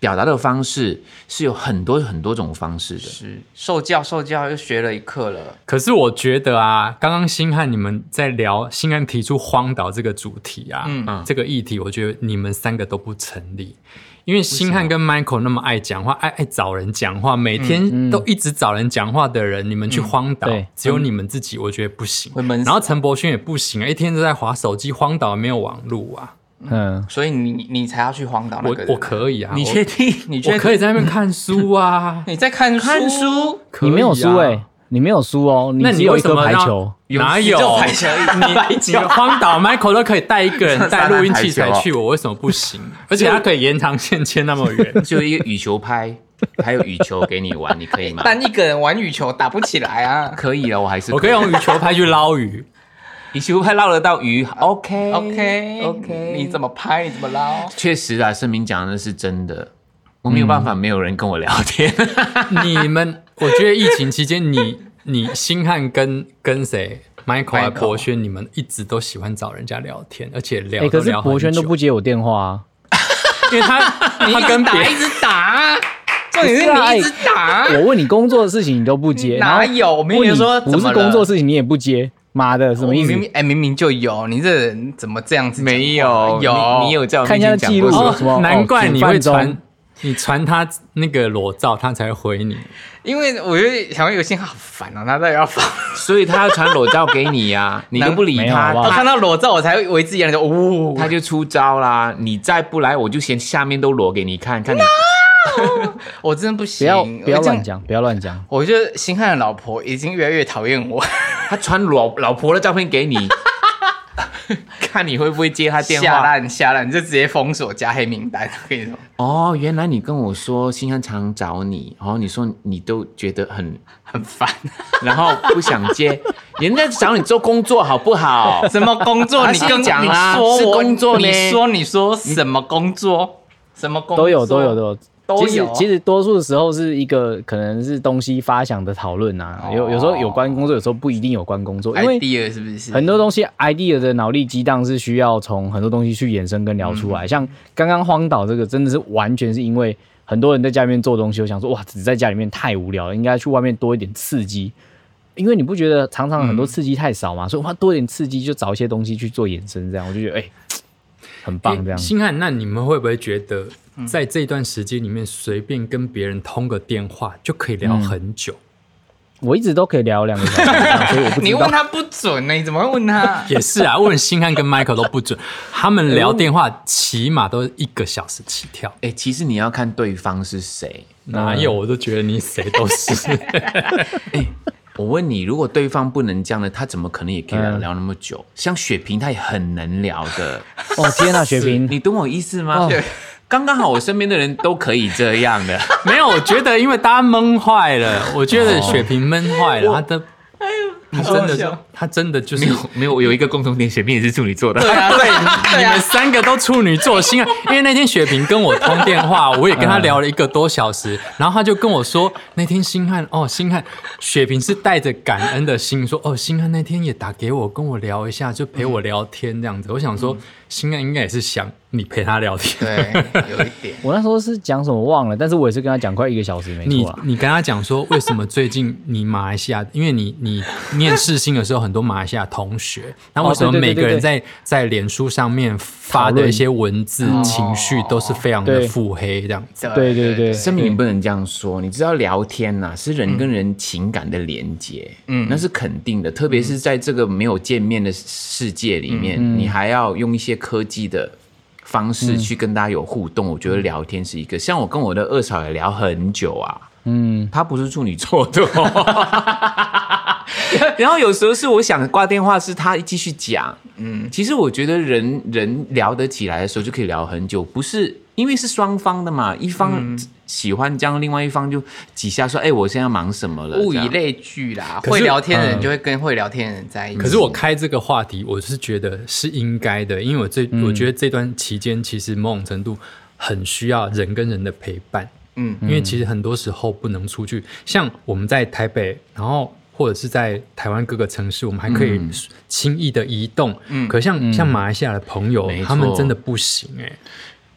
表达的方式是有很多很多种方式的。是受教受教又学了一课了，可是我觉得啊，刚刚星汉你们在聊星汉提出荒岛这个主题啊，嗯这个议题，我觉得你们三个都不成立，因为星汉跟 Michael 那么爱讲话，爱爱找人讲话，每嗯天都一直找人讲话的人，你们去荒岛对，只有你们自己，我觉得不行。会闷死然后陈柏轩也不行啊，一天都在划手机，荒岛没有网路啊，嗯，所以你你才要去荒岛那我个人我可以啊，你我确定？你确我可定？，以在那边看书 啊你在看看书？欸可以你啊没有输哎，你没有输哦，你那只你有为一什颗么排让球。哪你只有？排球而已，你排你球的荒岛 Michael 都可以带一 个人上带山录音打器材排球哦去，我为什么不行？而且他可以延长线牵那么远。 就一个羽球拍，还有羽球给你玩，你可以 吗？单一个人玩羽球打不起来啊。可以啊，我还是我可以用羽球拍去捞鱼， 羽球拍捞得到鱼。OK OK OK，你怎么？么拍？你怎么捞？确实啊，盛明讲的是真的，我没有办法，没有人跟我聊天。你们，我觉得疫情期间，你你星汉跟跟谁，Michael 还 Michael 博轩，你们一直都喜欢找人家聊天，而且聊哎，都可是聊很久。博轩都不接我电话啊。因为 他他跟别打一人直打，重点不是啊是你一直打。我问你工作的事情你都不 接，然后哪有？我明问明你说不是工作事情你也不接，妈的，什怎么意思明？明哎，明明就有，你这人怎么这样子讲话？有，你你哦 有在我看一下面前记讲录过有什么哦，难怪你哦会煮饭传中，你传他那个裸照，他才会回你。因为我觉得小朋友信好烦啊，他到底要放？所以他要传裸照给你呀、 你都不理没有他 好不，我好他看到裸照我才会为之一然，就呜，他就出招啦。你再不来，我就嫌下面都裸给你看看你。我真的不不行，要我不要这样乱。讲，不要乱讲。我觉得星汉的老婆已经越来越讨厌我， 他传裸老婆的照片给你， 看你会不会接他电下话。烂下烂，你就直接封锁加黑名单。我跟你说，哦，原来你跟我说新安常找你，然后你说你都觉得很， 很烦。 然后不想接，人家找你做工作好不 好？什么工作？他啊你啊先跟讲啦你说是我工作呢你说你说什么工作？什么工作都有都有都有都其实有其实多数时候是一个可能是东西发想的讨论啊，有有时候有关工作，有时候不一定有关工作，因为哦 idea 是不是？很多东西 idea 的脑力激荡是需要从很多东西去衍生跟聊出嗯来。像刚刚荒岛这个，真的是完全是因为很多人在家里面做东西，我想说哇，只在家里面太无聊了，应该去外面多一点刺激。因为你不觉得常常嗯很多刺激太少嘛，所以哇，多一点刺激就找一些东西去做衍生，这样我就觉得哎、很棒这样欸。星汉，那你们会不会觉得，在这段时间里面，随便跟别人通个电话就可以聊很久？？我一直都可以聊两个小时以上， 所以我不知道。你问他不准呢、你怎么会问他也是啊， 问星汉跟 Michael 都不准，他们聊电话起码都一个小时起跳。哎、其实你要看对方是谁。哪有？我都觉得你谁都是。我问你，如果对方不能这样的，他怎么可能也可以聊嗯聊那么久？像雪萍，她也很能聊的，哦天呐，雪萍，你懂我意思吗？刚刚好，我身边的人都可以这样的。没有，我觉得因为大家闷坏了，我觉得雪萍闷坏了，她的，她真好的笑，她真的就是 没。有没有，我有一个共同点，雪萍也是处女座 的。对啊，对对你啊们，三个都处女座，星汉， 因为那天雪萍跟我通电话，我也跟她聊了一个多小时，然后她就跟我说，那天星汉哦，星汉，雪萍是带着感恩的心说，哦，星汉那天也打给我，跟我聊一下，就陪我聊天这样子。我想嗯说，星汉应该也是想你陪他聊天，对，有一点。我那时候是讲什么忘了，但是我也是跟他讲快一个小时，没你错啊啦。你跟他讲说，为什么最近你马来西亚，因为你你念世新的时候，很多马来西亚同学，那为什么哦对对对每个对人对在在脸书上面发讨的论哦一些文字情绪都是非常的对腹黑这样子？对对对，生命你不能这样说，你知道聊天呐、是人跟人情感的连接，嗯，那是肯定的。特别是在这个没有见面的世界里面，你还要用一些科技的方式去跟大家有互动。我觉得聊天是一个，像我跟我的二嫂也聊很久啊，嗯，她不是处女座的、哦。 然后有时候是我想挂电话，是她继续讲。嗯，其实我觉得人人聊得起来的时候就可以聊很久，不是因为是双方的嘛，一方喜欢这样，另外一方就几下说：“哎、我现在忙什么了？”物这以样类聚啦，是会聊天的人嗯就会跟会聊天的人在一起。可是我开这个话题，我是觉得是应该的，因为我这、我觉得这段期间其实某种程度很需要人跟人的陪伴。嗯，因为其实很多时候不能出去，像我们在台北，然后或者是在台湾各个城市，我们还可以轻易的移动。可像、像马来西亚的朋友没，错他们真的不行哎、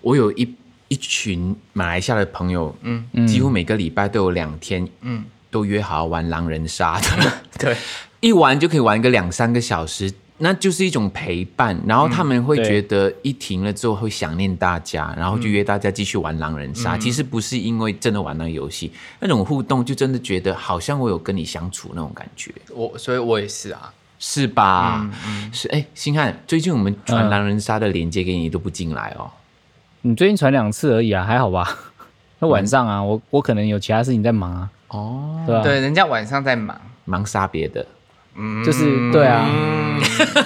我有一一群马来西亚的朋友，嗯几乎每个礼拜都有两天嗯，都约好要玩狼人杀的， 对，一玩就可以玩个两三个小时，那就是一种陪伴。然后他们会嗯对觉得一停了之后会想念大家，然后就约大家继续玩狼人杀。嗯其实不是因为真的玩那个游戏，那种互动就真的觉得好像我有跟你相处那种感觉，我所以我也是啊，是吧？嗯嗯是哎，星汉，最近我们传嗯狼人杀的链接给你都不进来哦。你最近传两次而已啊，还 好吧？那晚上啊，我我可能有其他事情在忙啊，哦，对吧？对，人家晚上在忙，忙杀别的，嗯，就是对 啊嗯，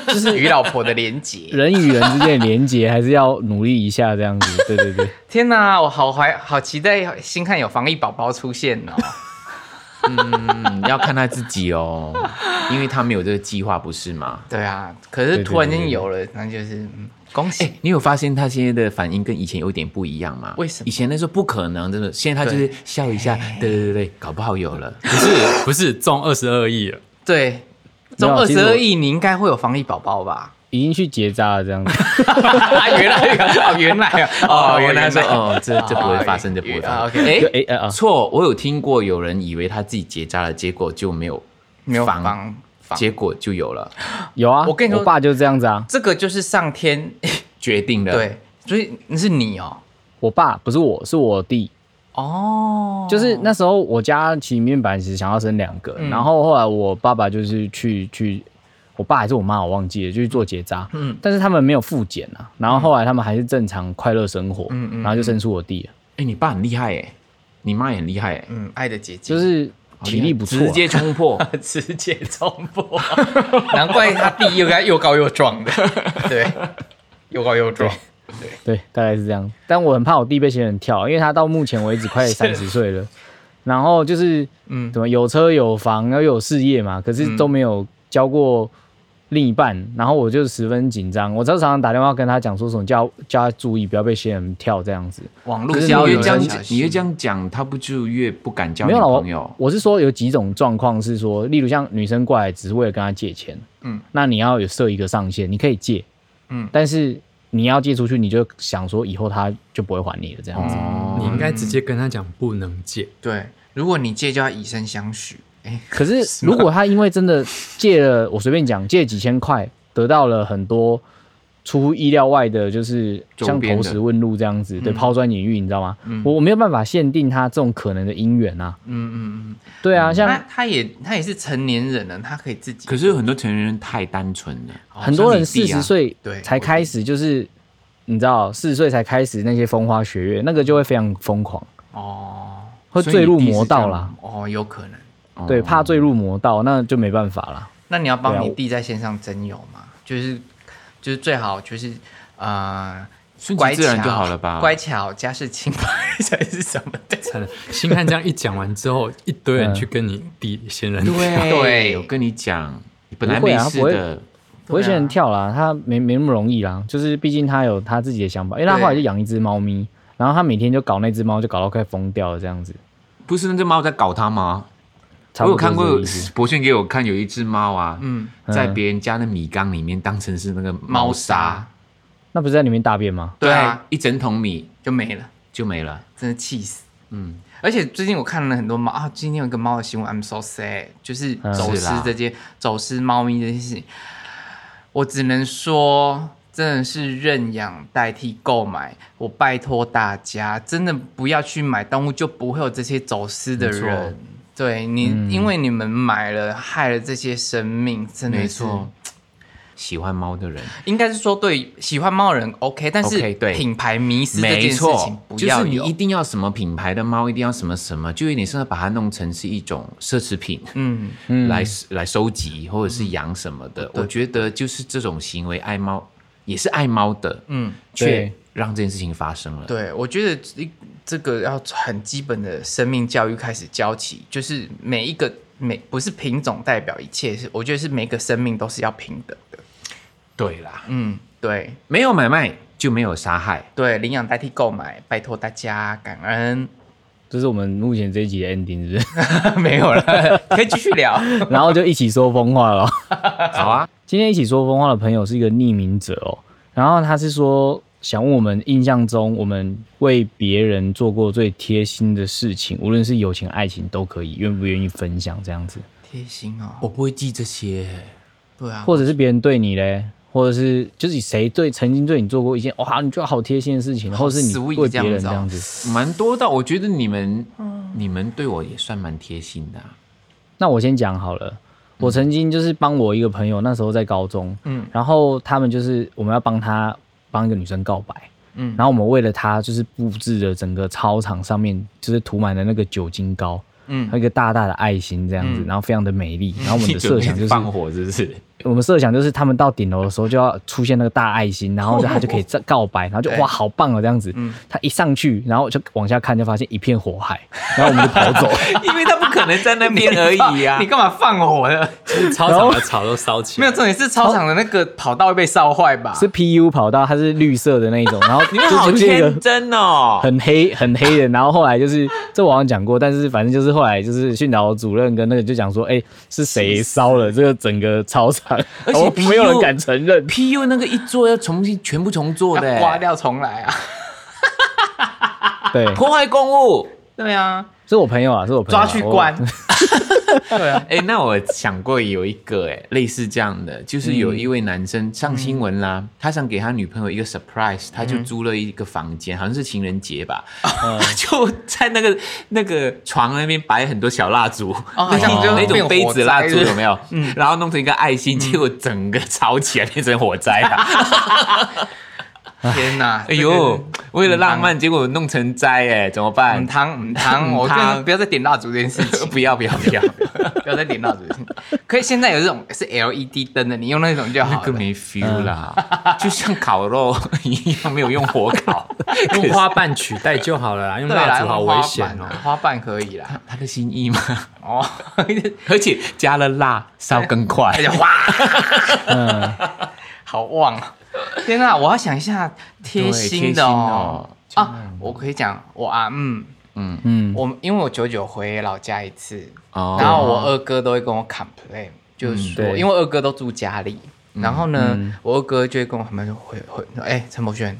就是与老婆的连结。人与人之间的连接还是要努力一下，这 样子。对对对，天哪，我好怀好期待新看有防疫宝宝出现哦。嗯，要看他自己哦，因为他没有这个计划，不是吗？对啊，可是突然间有了，那就是嗯恭喜。你有发现他现在的反应跟以前有点不一样吗？为什么以前那时候不可能，真的，现在他就是笑一下，对哎对对对，搞不好有了。不是不是中二十二亿了，对，中没有二其十实我二亿，你应该会有防疫宝宝吧？已经去结扎了，这样子。 原来啊，哦原来啊，哦，原来说是 哦，这这不会发生，哦这不会啊发生。 ，OK 就哎哎哎啊，错，我有听过有人以为他自己结扎了，结果就没有没有防防。结果就有了，有啊，我跟你说我爸就是这样子啊。这个就是上天决定了。，对，所以那是你哦，我爸不是我，是我弟。哦，就是那时候我家其实面板其实想要生两个，嗯然后后来我爸爸就是去去，我爸还是我妈我忘记了，就去做结扎，嗯但是他们没有复检啊，然后后来他们还是正常快乐生活，嗯嗯然后就生出我弟了，哎，你爸很厉害哎，你妈也很厉害哎，嗯，爱的结晶就是体力不错、啊直接冲 破。 直接冲 破，难怪他弟又该又高又壮的， 对，又高又壮，对，大概是这样。但我很怕我弟被仙人跳，因为他到目前为止快三十岁了，然后就是嗯怎么有车有房，然后有事业嘛，可是都没有交过另一半，嗯然后我就十分紧张。我常常打电话跟他讲说什么叫叫他注意，不要被仙人跳这样子。网可络是交你越友这样要讲小，你越心，这样讲，他不就越不敢交没女有啦朋我友？我是说有几种状况是说，例如像女生过来只是为了跟他借钱，嗯嗯，那你要有设一个上限，你可以借，嗯嗯，但是你要借出去，你就想说以后他就不会还你了这样子。哦你应该直接跟他讲不能借。对，如果你戒就要以身相许，哎，可是如果他因为真的借了，我随便讲借几千块，得到了很多出乎意料外的，就是周像边投的嗯石问路这样子，对，抛砖引玉，你知道吗？我我没有办法限定他这种可能的姻缘啊。嗯嗯嗯，对啊，他像他也他也是成年人了，他可以自己，可是很多成年人太单纯了，很多像人四你弟啊十岁对才开始，就是你知道，四十岁才开始那些风花雪月，那个就会非常疯狂，哦会所以坠你入弟是魔这道样啦。哦，有可能。哦对，怕坠入魔道，那就没办法啦。那你要对帮啊你我弟在线上征友吗？就是就是最好就是呃。顺乖其自巧然就好了吧？乖巧家世清白 才是什么的？惨了，星汉这样一讲完之后，一堆人去跟你弟仙人跳，对对我跟你讲，本来不会没啊事不会的，不会仙人对啊跳啦，他没没那么容易啦，就是毕竟他有他自己的想法，因为他对后来就养一只猫咪，然后他每天就搞那只猫，就搞到快疯掉了这样子。不是那只猫在搞他吗？差我不有多看是这过个意思博轩给我看，有一只猫啊，嗯，在别人家的米缸里面当成是那个猫猫砂砂，，那不是在里面大便吗？对啊，一整桶米就没了，就没了。真的气死。嗯，而且最近我看了很多猫啊，今天有一个猫的新闻，I'm so sad，就是嗯走是失啦这件、走失猫咪这件事情，我只能说真的是认养代替购买，我拜托大家，真的不要去买动物，就不会有这些走失的没人错。嗯对你，因为你们买了，害了这些生命，真的没是。错，喜欢猫的人，应该是说对喜欢猫的人 OK，但是 OK，对品牌迷失这没件事情错，不就要是你有。一定要什么品牌的猫，一定要什么什么，就有点像把它弄成是一种奢侈品。嗯，来来收集或者是养什么的。我觉得就是这种行为，爱猫也是爱猫的，嗯，却对让这件事情发生了。对，我觉得这这个要很基本的生命教育开始教起，就是每一个每不是品种代表一切，是我觉得是每个生命都是要平等的。对啦，嗯，对没有买卖就没有 杀害。对，领养代替购买，拜托大家感恩。 这是我们目前这一集的 ending，是不是？没有了，可以继续聊。然后就一起说疯话了。好啊，今天一起说疯话的朋友是一个匿名者哦，然后他是说想问我们印象中我们为别人做过最贴心的事情，无论是友情、爱情都可以，愿不愿意分享这样子？贴心哦，我不会记这些，对啊，或者是别人对你嘞，或者是就是谁对曾经对你做过一件哇，你觉得好贴心的事情，或者是你 sweet 对别人这样子哦这样子。蛮多的。我觉得你们，嗯你们对我也算蛮贴心的啊、那我先讲好嗯了，我曾经就是帮我一个朋友，那时候在高中，嗯然后他们就是我们要帮他帮一个女生告白，嗯，然后我们为了她就是布置了整个操场上面就是涂满了那个酒精膏，嗯还有一个大大的爱心这样子，嗯然后非常的美丽，然后我们的 你准设备想就是放火，是不是？我们设想就是他们到顶楼的时候就要出现那个大爱心，然 后就他就可以再告白，然后就对嗯哇好棒哦这样子。他一上去，然后就往下看，就发现一片火海，然后我们就跑走。 因为他不可能在那边而已啊你。干嘛放火呢？操场的草都烧 起没来，有重点是操场的那个跑道会被烧坏吧？是 PU 跑道，它是绿色的那一种， 然后你们好就就是一个天真哦！很黑很黑的，然后后来就是这我好像讲过，但是反正就是后来就是训导主任跟那个就讲说，哎、是谁烧了这个整个操场？而且 我 PU 没有人敢承 认。 PU 那个一做要重新全部重做的、要刮掉重来啊？ 对，破坏公物。对啊，是我朋友啊，是我朋友啊、抓去我关。 对啊，哎、那我想过有一个哎、类似这样的，就是有一位男生上新闻啦，嗯他想给他女朋友一个 surprise，他就租了一个房间，好像是情人 节吧，哦 就在那个那个床那边摆很多小蜡烛，哦 好那像就那变种火杯子蜡烛灾了有没有？嗯然后弄成一个爱心，结果整个吵起来变成火灾了。 天哪！哎呦，为了浪漫，结果弄成灾哎，怎么办嗯，？汤嗯汤，我嗯汤跟不要再点蜡烛这件事情， 不要不要不要， 不要再点蜡烛这件事。可以现在有这种是 LED 灯的，你用那种就那好个了。没 feel 嗯啦，就像烤肉一样，没有用火 烤。用花瓣取代就好了啦，用对啦蜡烛好危险用花哦瓣。啊花瓣可以啦。他的心意嘛，哦， 而且加了辣，烧更 快而。且哗，嗯，好旺啊！天哪，我要想一下贴对心的哦。啊，我可以讲我啊，嗯， 嗯，我因为我久久回老家一次，哦嗯然后我二哥都会跟我 complain，就是说，对因为二哥都住家里，然后呢，嗯我二哥就会跟我他们说回回，哎，陈柏轩，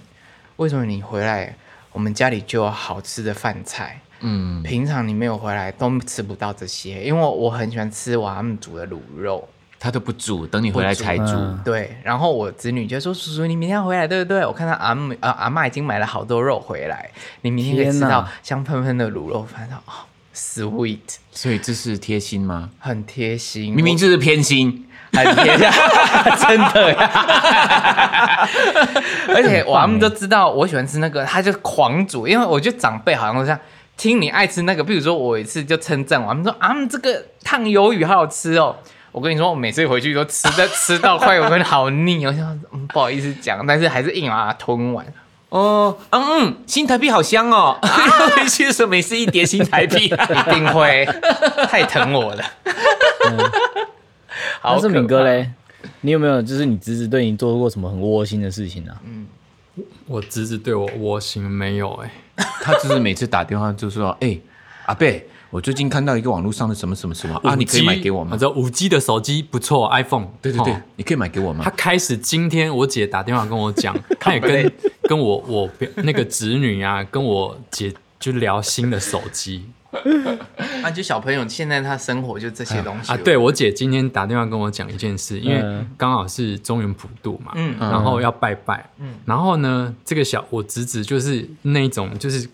为什么你回来，我们家里就有好吃的饭菜？嗯，平常你没有回来都吃不到这些，因为我很喜欢吃我他们煮的卤肉，他都不煮，等你回来才不煮煮嗯。对，然后我子女就说：“叔叔，你明天要回来，对不对？”我看到阿姆啊阿妈已经买了好多肉回来，你明天可以天吃哪到香喷喷的卤肉饭，然后哦，sweet，所以这是贴心吗？很贴心，明明就是偏心。我很贴心，真的呀。而且我阿姆都知道我喜欢吃那个，他就狂煮，因为我觉得长辈好像都这样。听你爱吃那个，比如说我有一次就称赞我，他们说啊，这个烫鱿鱼好好吃哦。我跟你说，我每次回去都吃的吃到快，我跟好腻哦，我想、嗯、不好意思讲，但是还是硬把它吞完。哦，嗯嗯，新台币好香哦。 回去的时候每次一叠新台币。啊一定会，太疼我 了。好那可是怕敏哥，嘞，你有没有就是你侄子对你做过什么很窝心的事情啊？嗯我侄子对我窝心没有哎、 他就是每次打电话就说：“哎、阿贝，我最近看到一个网络上的什么什么什么啊，你可以买给我吗我知道五 G 的手机不错，iPhone。？”对对对，哦你可以买给我吗他？开始今天我姐打电话跟 我讲，她也跟 跟我我表那个侄女啊，跟我姐就聊新的手机啊，就小朋友现在他生活就这些东西啊。对，我姐今天打电话跟我讲一件事，因为嗯刚好是中原普渡嘛，嗯然后要拜拜，然后呢，这个小我侄子就是那一种就是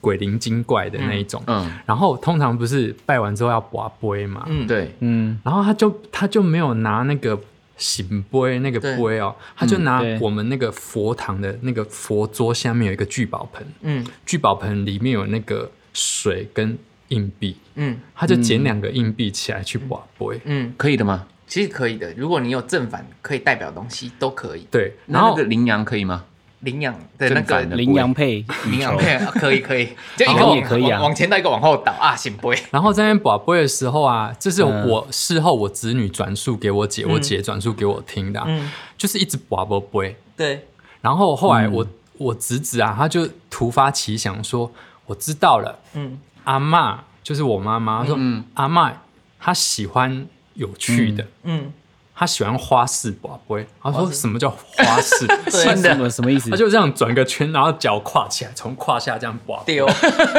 鬼灵精怪的那一种，嗯，然后通常不是拜完之后要拔杯嘛，嗯，对，嗯，然后他就他就没有拿那个醒杯那个对嗯杯哦，他就拿对我们那个佛堂的那个佛桌下面有一个聚宝盆，嗯聚宝盆里面有那个水跟硬币，嗯他就捡两个硬币起来去挖杯。嗯，可以的吗？其实可以的。如果你有正反可以代表的东西都可以，对，那然那后个羚羊可以吗？领养的那正个反的羚羊配领养配啊可以可以，就一个好往也可以啊往往前倒一个往后倒啊，行不会？然后在那边拔杯的时候啊，这是嗯我事后我子女转述给我姐，我姐转述给我听的啊、嗯就是一直拔不杯。对，然后后来嗯我、我侄子啊，他就突发奇想说，我知道了。嗯阿嬷就是我妈妈，她说、嗯阿嬷她喜欢有趣的，嗯他喜欢花式宝贝，他说什么叫花 式？真 什 的么什么意思他？就这样转个圈，然后脚跨起来，从胯下这样拔。丢。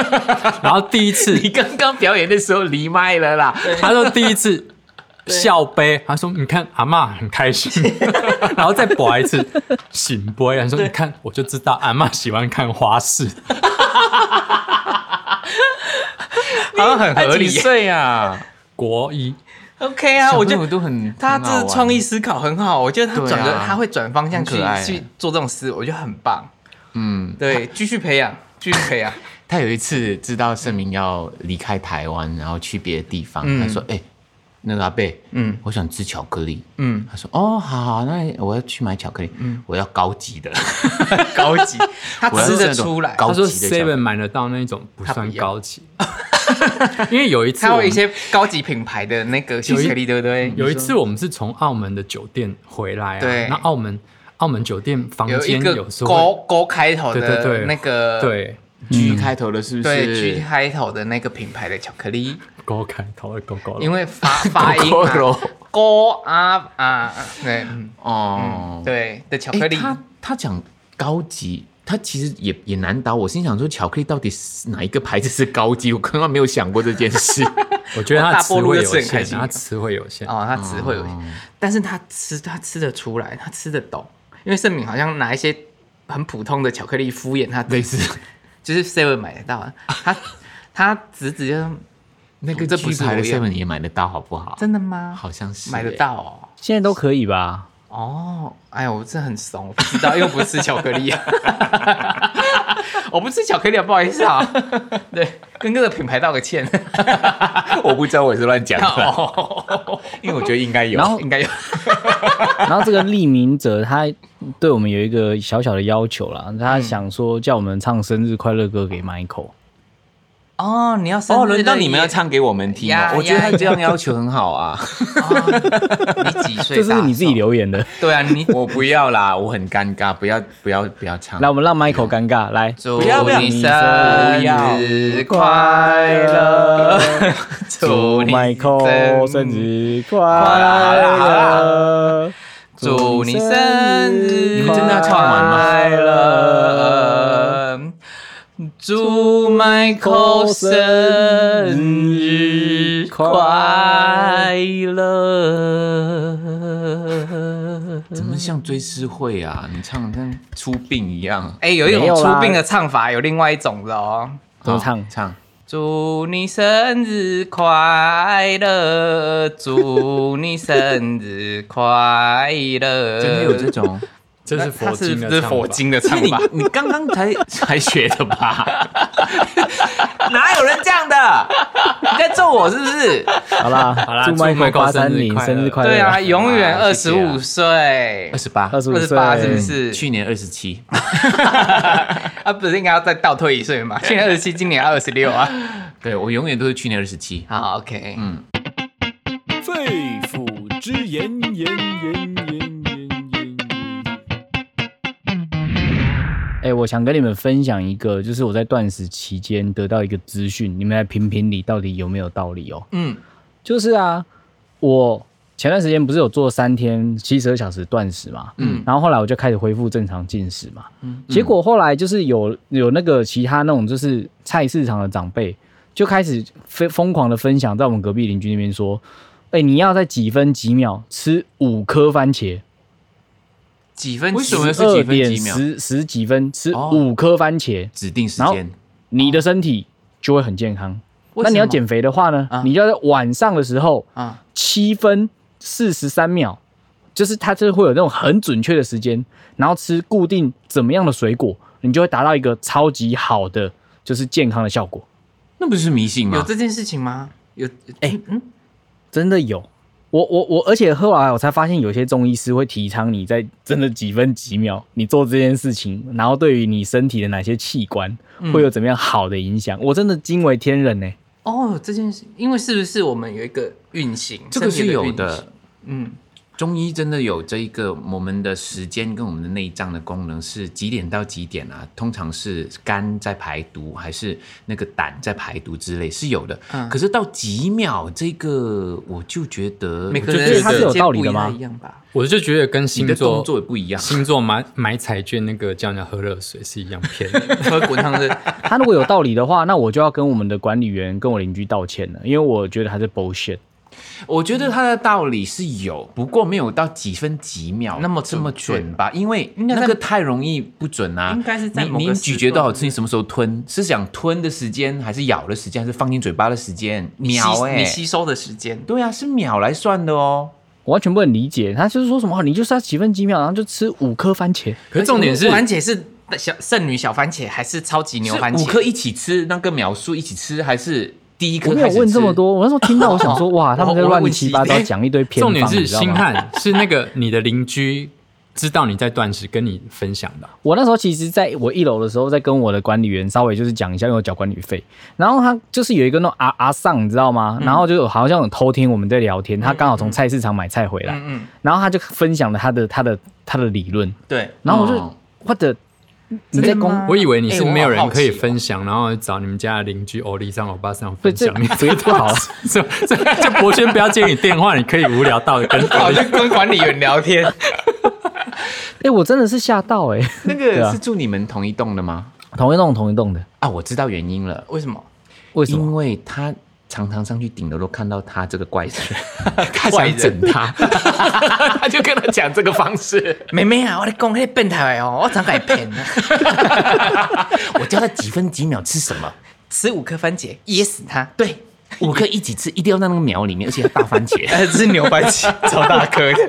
然后第一次你刚刚表演的时候离麦了啦，他说第一次笑杯，他说你看阿嬷很开心，然后再播一次醒杯，他说你看我就知道阿嬷喜欢看花式，好像很合还理几耶。岁啊？国一 OK 啊，我觉小朋友得都很 他这创意，很好玩思考很好，我觉得他转对个啊他会转方向去很可爱去做这种事，我觉得很棒。嗯，对，继续培养，继续培养。他有一次知道盛明要离开台湾，然后去别的地方，嗯他说：“哎、那个阿贝，嗯嗯，我想吃巧克力。”嗯，他说：“哦，好好，那我要去买巧克力，我要高级的。嗯高级，他我要吃是得那种出来，高他说级的巧克 Seven 力买得到那一种不他算不要高级，因为有一次他我有一们些高级品牌的那个巧克力，对不对？有一次我们是从澳门的酒店回来、啊，对那澳门澳门酒店房有一间个有时候勾勾开头对对的对那个会对 G 开头的，是不对 G 是？开头的那个品牌的巧克力，勾开头的勾勾，因为 发发音勾嘛勾，勾啊啊，对嗯哦，对的巧哎克力，他他讲高级。他其实也也难倒我，心想说巧克力到底是哪一个牌子是高级？我刚刚没有想过这件 事。我觉得他大的波词路汇就有是很开限，心他词汇有限。哦，他词汇有一些，但是他吃他吃得出来，他吃得懂，因为盛敏好像拿一些很普通的巧克力敷衍他，类似 就是 Seven 买得到啊，他他侄子就说那个这不 G 是牌的我要 seven 也买得到，好不好？真的吗？好像是买得欸到哦。现在都可以吧？哦，哎呀，我这很怂，我不知道，因为我不吃巧克力、 啊，我不吃巧克力、啊，不好意思啊。 对，跟各个品牌道个歉。 我不知道，我也是乱讲的，哦，因为我觉得应该有。然后应该有。然后这个匿名者他对我们有一个小小的要求啦，嗯他想说叫我们唱生日快乐歌给 Michael。哦，你要生日哦，轮到了你们耶要唱给我们听呀哦，我觉得呀他这样要求很好啊。哦你几岁？ 这是你自己。留言的，对啊，你我不要啦，我很尴尬，不要不要不要唱来，。我们让 Michael 尴尬，来，祝不要不要你生日快乐，祝 祝你 Michael 生日快乐乐，祝你生日你们真的要唱完吗快乐！祝 Michael 生日快乐！怎么像追思会啊？你唱得像出殡一样。哎、有一种没有啦出殡的唱法，有另外一种的哦。怎么好唱唱？祝你生日快乐！祝你生日快乐！真的有这种？这是佛经的哦这是唱法佛经的唱呃 你法。你刚刚才才学的吧？哪有人这样的？你在咒我是不是？好啦，好啦祝祝 Michael Michael 八三零生生日日快快乐，对啊，永远啊二十谢谢啊五岁二，十八，二十嗯五二十岁，八是不是？去年二十七， 啊，不是应该要再倒退一岁吗？去年二十七，今年二十六啊。对我永远都是去年二十七。好，OK，嗯肺腑之言，言言言言言言。哎、我想跟你们分享一个，就是我在断食期间得到一个资讯，你们来评评理，到底有没有道理哦？嗯就是啊，我前段时间不是有做三天七十二小时断食嘛，嗯，然后后来我就开始恢复正常进食嘛，嗯，结果后来就是有有那个其他那种就是菜市场的长辈就开始疯疯狂的分享，在我们隔壁邻居那边说，哎、你要在几分几秒吃五颗番茄，几分？为什么几是几二分点几秒？十十几分吃哦五颗番茄。指定时然后间。你的身体就会很健康。为那你什要么减肥的话呢，你就要在晚上的时候啊？七分四十三秒，就是它就是会有那种很准确的时间，然后吃固定怎么样的水果，你就会达到一个超级好的就是健康的效果。那不是迷信有吗？这件事情吗？有，哎，嗯，真的有。我我我，而且后来我才发现，有些中医师会提倡你在真的几分几秒你做这件事情，然后对于你身体的哪些器官会有怎么样好的影响。我真的惊为天人呢、欸哦，这件事，因为是不是我们有一个运行？这个身是体有运的行，嗯，中医真的有这一个，我们的时间跟我们的内脏的功能是几点到几点啊？通常是肝在排毒，还是那个胆在排毒之类是有的。嗯可是到几秒这个，我就觉得每个我就人觉的得它是有时间道理不的吗太一样吧？我就觉得跟你星的座动作也不一样。星座买买彩券那个叫人家喝热水是一样骗人。喝滚烫的， 他如果有道理的话，那我就要跟我们的管理员、跟我邻居道歉了，因为我觉得他是 bullshit。我觉得它的道理是有，不过没有到几分几秒那么这么准确准吧，因为该在那个太容易不准啊。应该是在某个你你时咀嚼多少次，段你什么时候吞？是想吞的时间，还是咬的时间，还是放进嘴巴的时间？你吸秒哎、你吸收的时间，对啊，是秒来算的哦。我完全不能理解，他就是说什么，你就是要几分几秒，然后就吃五颗番茄。可是重点是番茄是小剩女小番茄还是超级牛番是茄？五颗一起吃，那个秒数一起吃，还是第一颗我没开有始吃问这么，多，我那时候听到，我想说，哇，他们在我我乱问七习八糟近讲一堆偏 方，重点是你知道星吗汉是那个你的邻居知道你在断食，跟你分享的。我那时候其实在我一楼的时候，在跟我的管理员稍微就是讲一下，因为我缴管理费。然后他就是有一个那种阿阿尚，你知道吗？然后就有好像有偷听我们在聊天，他刚好从菜市场买菜回来，嗯嗯，然后他就分享了他的他的他的理论，对，然后我哦就或者你在公吗我以为你是没有哎我人好好可奇以哦分享，然后找你们家的邻居欧丽桑、欧巴桑对分这享。你不要不好了，这这这博轩不要接你电话，你可以无聊到跟跑去跟管理员聊天， 哎，我真的是吓到 哎、那对个啊是住你们同一栋的吗？同一栋同一栋的，啊，我知道原因了， 为什么？为什么？因为他常常上去顶楼都看到他这个怪人， 他怪想人整他， 他就跟他讲这个方式。妹妹啊，我咧讲迄变态的哦，我怎改骗啊？我教他几分几秒吃什么， 吃五颗番茄噎死他，对，五颗一起吃，一定要在那个苗里面，而且要大番 茄。呃，吃牛番 茄超大颗的，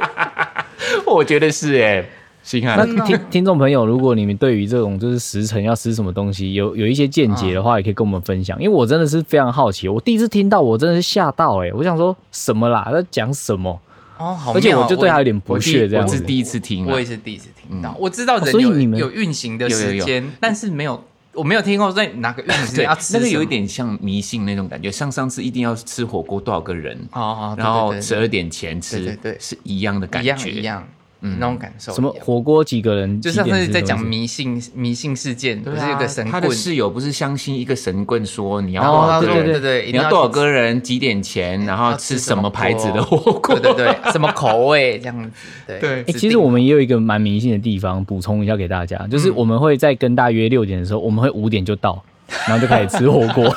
我觉得是哎、星那汉，听听众朋友，如果你们对于这种就是时辰要吃什么东西有有一些见解的话，也可以跟我们分享，因为我真的是非常好奇，我第一次听到，我真的是吓到哎、我想说什么啦，在讲什么？哦，好妙哦，而且我就对他有点不我屑是这样我是子。第一次听啊、我，我也是第一次听到，我知道人哦所以有你们有运行的有有时有间，但是没有，我没有听过在哪个运行时间 对要，吃那个什有一么点像迷信那种感觉，像上次一定要吃火锅多少个人，哦哦，对然后对对十二点前吃，对对对是一样的感一觉，样一样，那种感受一什么样火锅几个人？就上次在讲迷，迷信迷信事件，不对是啊。有个神他棍的，室友不是相信一个神棍说你要然多后他少说个对人，对对，一你定要多少去哎个人，几点前，然后要吃吃什什么么牌子的火锅锅？ 对对对，什么口味这样子，对对哎、其实我们也有一个蛮迷信的地方，补充一下给大家，就是我们会在跟大约六点的时候，我们会五点就到，然后就开始吃火锅。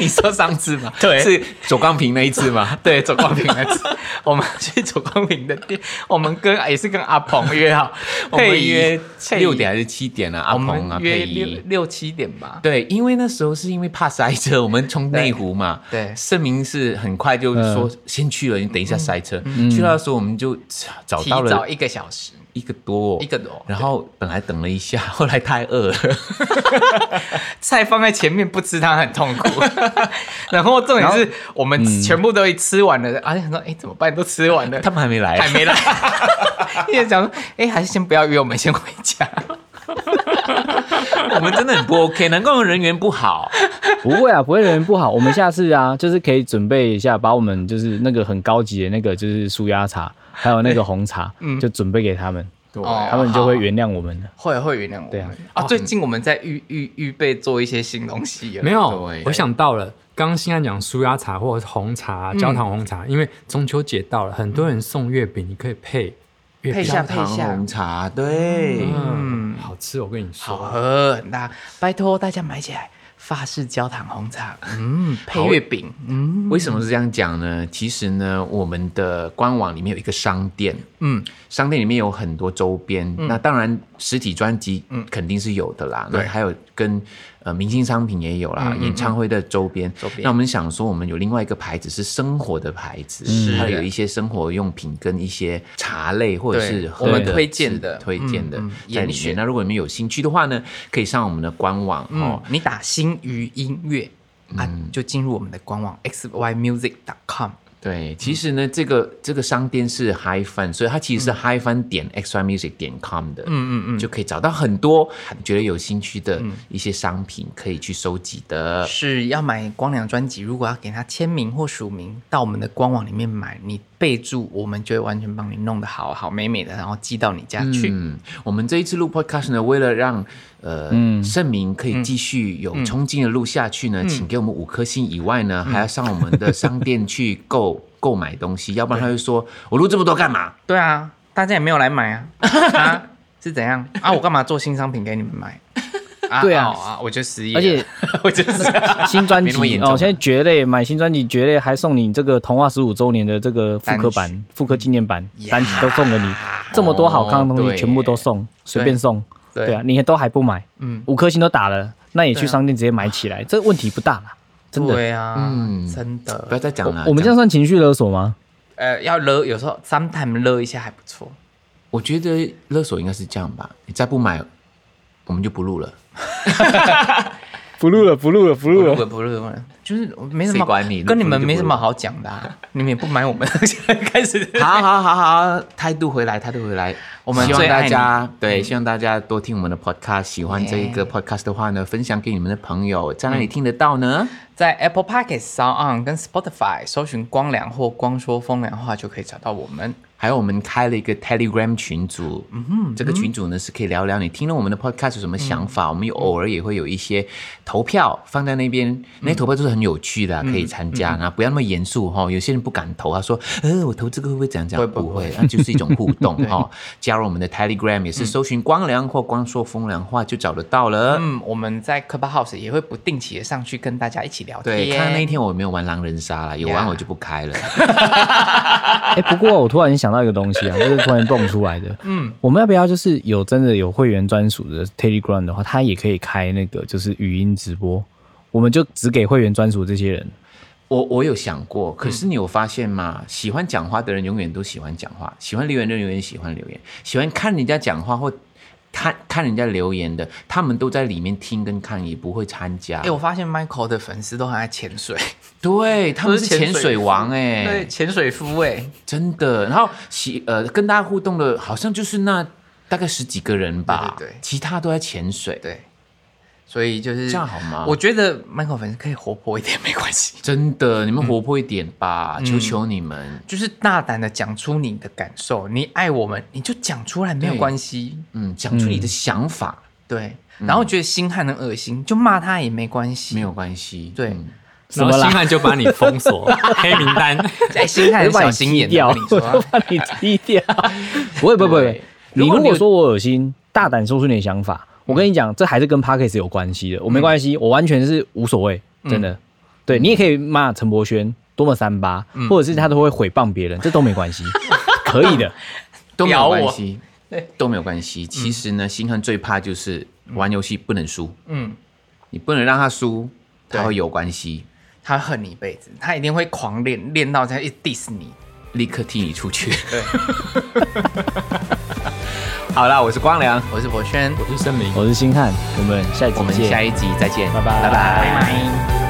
你说上次嘛，是左钢瓶那一次吗？对， 走光平那次，我们去走光平的店，我们跟也是跟阿鹏约好， 我配们仪约配仪六点还是七点啊？阿我鹏啊，们约配六仪。六七点吧。对，因为那时候是因为怕塞车， 我们从内湖嘛，对对盛明是很快就说先去了，你等一下塞车。去到的时候我们就找提到早了一个小时，一个多，一个多然后本来等了一下，后来太饿了， 菜放在前面不吃它很痛 苦。然后重点是我们全部都吃完了，而且想说，哎，怎么办？都吃完了，嗯他们还没来还。没来，一直讲说，哎、还是先不要约我们，先回家。我们真的很不 OK，难怪我们人缘 不好。 不会啊，不会人不好。我们下次啊，就是可以准备一下，把我们就是那个很高级的那个就是舒压茶，还有那个红茶，嗯就准备给他们，对哦他们就会原谅我们的。会会原谅我们。对啊，最近我们在预预预备做一些新东西了。没有对，我想到了，刚刚新安讲舒压茶或者是红茶、焦糖红茶，因为中秋节到了，很多人送月饼，你可以配月配一饼，下配糖一下红，茶，对，嗯，好吃，我跟你说，好喝很大，拜托大家买起来。法式焦糖红茶，嗯，配月饼，嗯为什么是这样讲呢？其实呢，我们的官网里面有一个商店，嗯，商店里面有很多周边。那当然，实体专辑肯定是有的啦。那嗯对还有跟呃明星商品也有啦，嗯嗯演唱会的周边。周边那我们想说，我们有另外一个牌子是生活的牌子，是它有一些生活用品跟一些茶类或者对是我们喝的推荐吃的推嗯荐的嗯在严里面。选那如果你们有兴趣的话呢，可以上我们的官网哦哦。，你打新余音乐啊，就进入我们的官网 x y music com，对，其实呢，这个这个商店是 Hi Fun，所以它其实是 Hi Fun 点 X Y Music 点 com 的，嗯嗯嗯嗯就可以找到很多觉得有兴趣的一些商品可以去收集的。是要买光良专辑，如果要给他签名或署名，到我们的官网里面买，你备注，我们就会完全帮你弄得好好美美的，然后寄到你家啊去。嗯，我们这一次录 podcast 呢，为了让呃、嗯盛明可以继续有冲劲的录下去呢，请给我们五颗星以外嗯呢，还要上我们的商店去购购买东西，要不然他会说我录这么多干嘛？对啊，大家也没有来买 啊，啊是怎样啊？我干嘛做新商品给你们买？啊对啊哦啊，我就失业了，而且 我就失业了 新专没那么辑严重啊哦，现在绝类买新专辑绝类还送你这个童话十五周年的这个复刻单曲版、复刻纪念版呀单曲都送给你，这么多好看的哦东西对全部都送，随便送。对对啊，你都还不买，嗯五颗星都打了，那也去对啊商店直接买起来，这问题不大啦，真的。对啊，嗯真的不要，再讲了。我们这样算情绪勒索吗？呃，要勒，有时候 sometime 勒一下还不错。我觉得勒索应该是这样吧，你再不买，我们就不录了。不录了，不录了，不不不不不，就是我没什么啊谁管你跟你们不录没什就不录么好讲的、 啊，你们也不买我们， 现在开始 好好好好，态度回来，态度回来。我们希望最爱大你家对，希望大家多听我们的 podcast。喜欢这一个 podcast 的话呢，分享给你们的朋友，在哪里听得到呢？在 Apple Podcast、Sound On 跟 Spotify 搜寻“光良”或“光说风凉话”就可以找到我们。还有，我们开了一个 Telegram 群组，嗯这个群组呢是可以聊聊你听了我们的 podcast 有什么想嗯法。我们有偶尔也会有一些投票放在那嗯边，那些投票都是很有趣的啊、可以参加。那不要那么严肃哈，有些人不敢投，他说：“呃，我投这个会不会怎样怎样？”会不不会，那就是一种互 动哈。加入我们的 Telegram 也是搜寻“光良”或“光说风凉话”就找得到了。嗯，我们在 Clubhouse 也会不定期的上去跟大家一起聊天。对，看到那一天我没有玩狼人杀啦，有玩 Yeah 我就不开了。哎、不过我突然想到一个东 西啊，就是突然蹦出来的。嗯，我们要不要就是有真的有会员专属的 Telegram 的话，它也可以开那个就是语音直播，我们就只给会员专属这些人。我我有想过，嗯可是你有发现吗？喜欢讲话的人永远都喜欢讲话，喜欢留言的人永远喜欢留言，喜欢看人家讲话或看看人家留言的，他们都在里面听跟看，也不会参加。哎、我发现 Michael 的粉丝都很爱潜水，对，他们是都是潜潜水水王哎、对，潜水夫哎、真的。然后喜呃跟大家互动的，好像就是那大概十几个人吧，对对对其他都在潜水。对，所以就是这样好吗我觉得 Michael 粉丝可以活泼一点，没关系， 真的，你们活泼一点吧，嗯求求你们。就是大胆的讲出你的感受，你爱我们你就讲出来，没有对关系。嗯，讲出你的想法、对，然后觉得心汉很恶心，就骂他也没关系。嗯没有关系。对嗯然后什么啦星汉就把你封锁黑名单。 哎，心汉很我就把小啊你心踢眼啊的， 我跟掉，你我就说，把你踢掉。 不会不会不会对，你如如果果你说我恶心，大胆说出你的想法，我跟你讲，这还是跟 Parkes 有关系的。我没关系，我完全是无所谓，真的。对你也可以骂陈柏轩多么三八，或者是他都会毁谤别人，这都没关系， 可以的。都没咬有我嗯关系，对，都没有关系。其实呢，星汉最怕就是玩游戏不能输，嗯，你不能让他输，对他会有关系，他恨你一辈子，他一定会狂练，练到他一直 diss 你。立刻踢你出去。好啊啦，我是光良，我是博轩，我是声明，我是星汉，我们下一集我们见，下一集再见，拜拜拜拜。拜拜。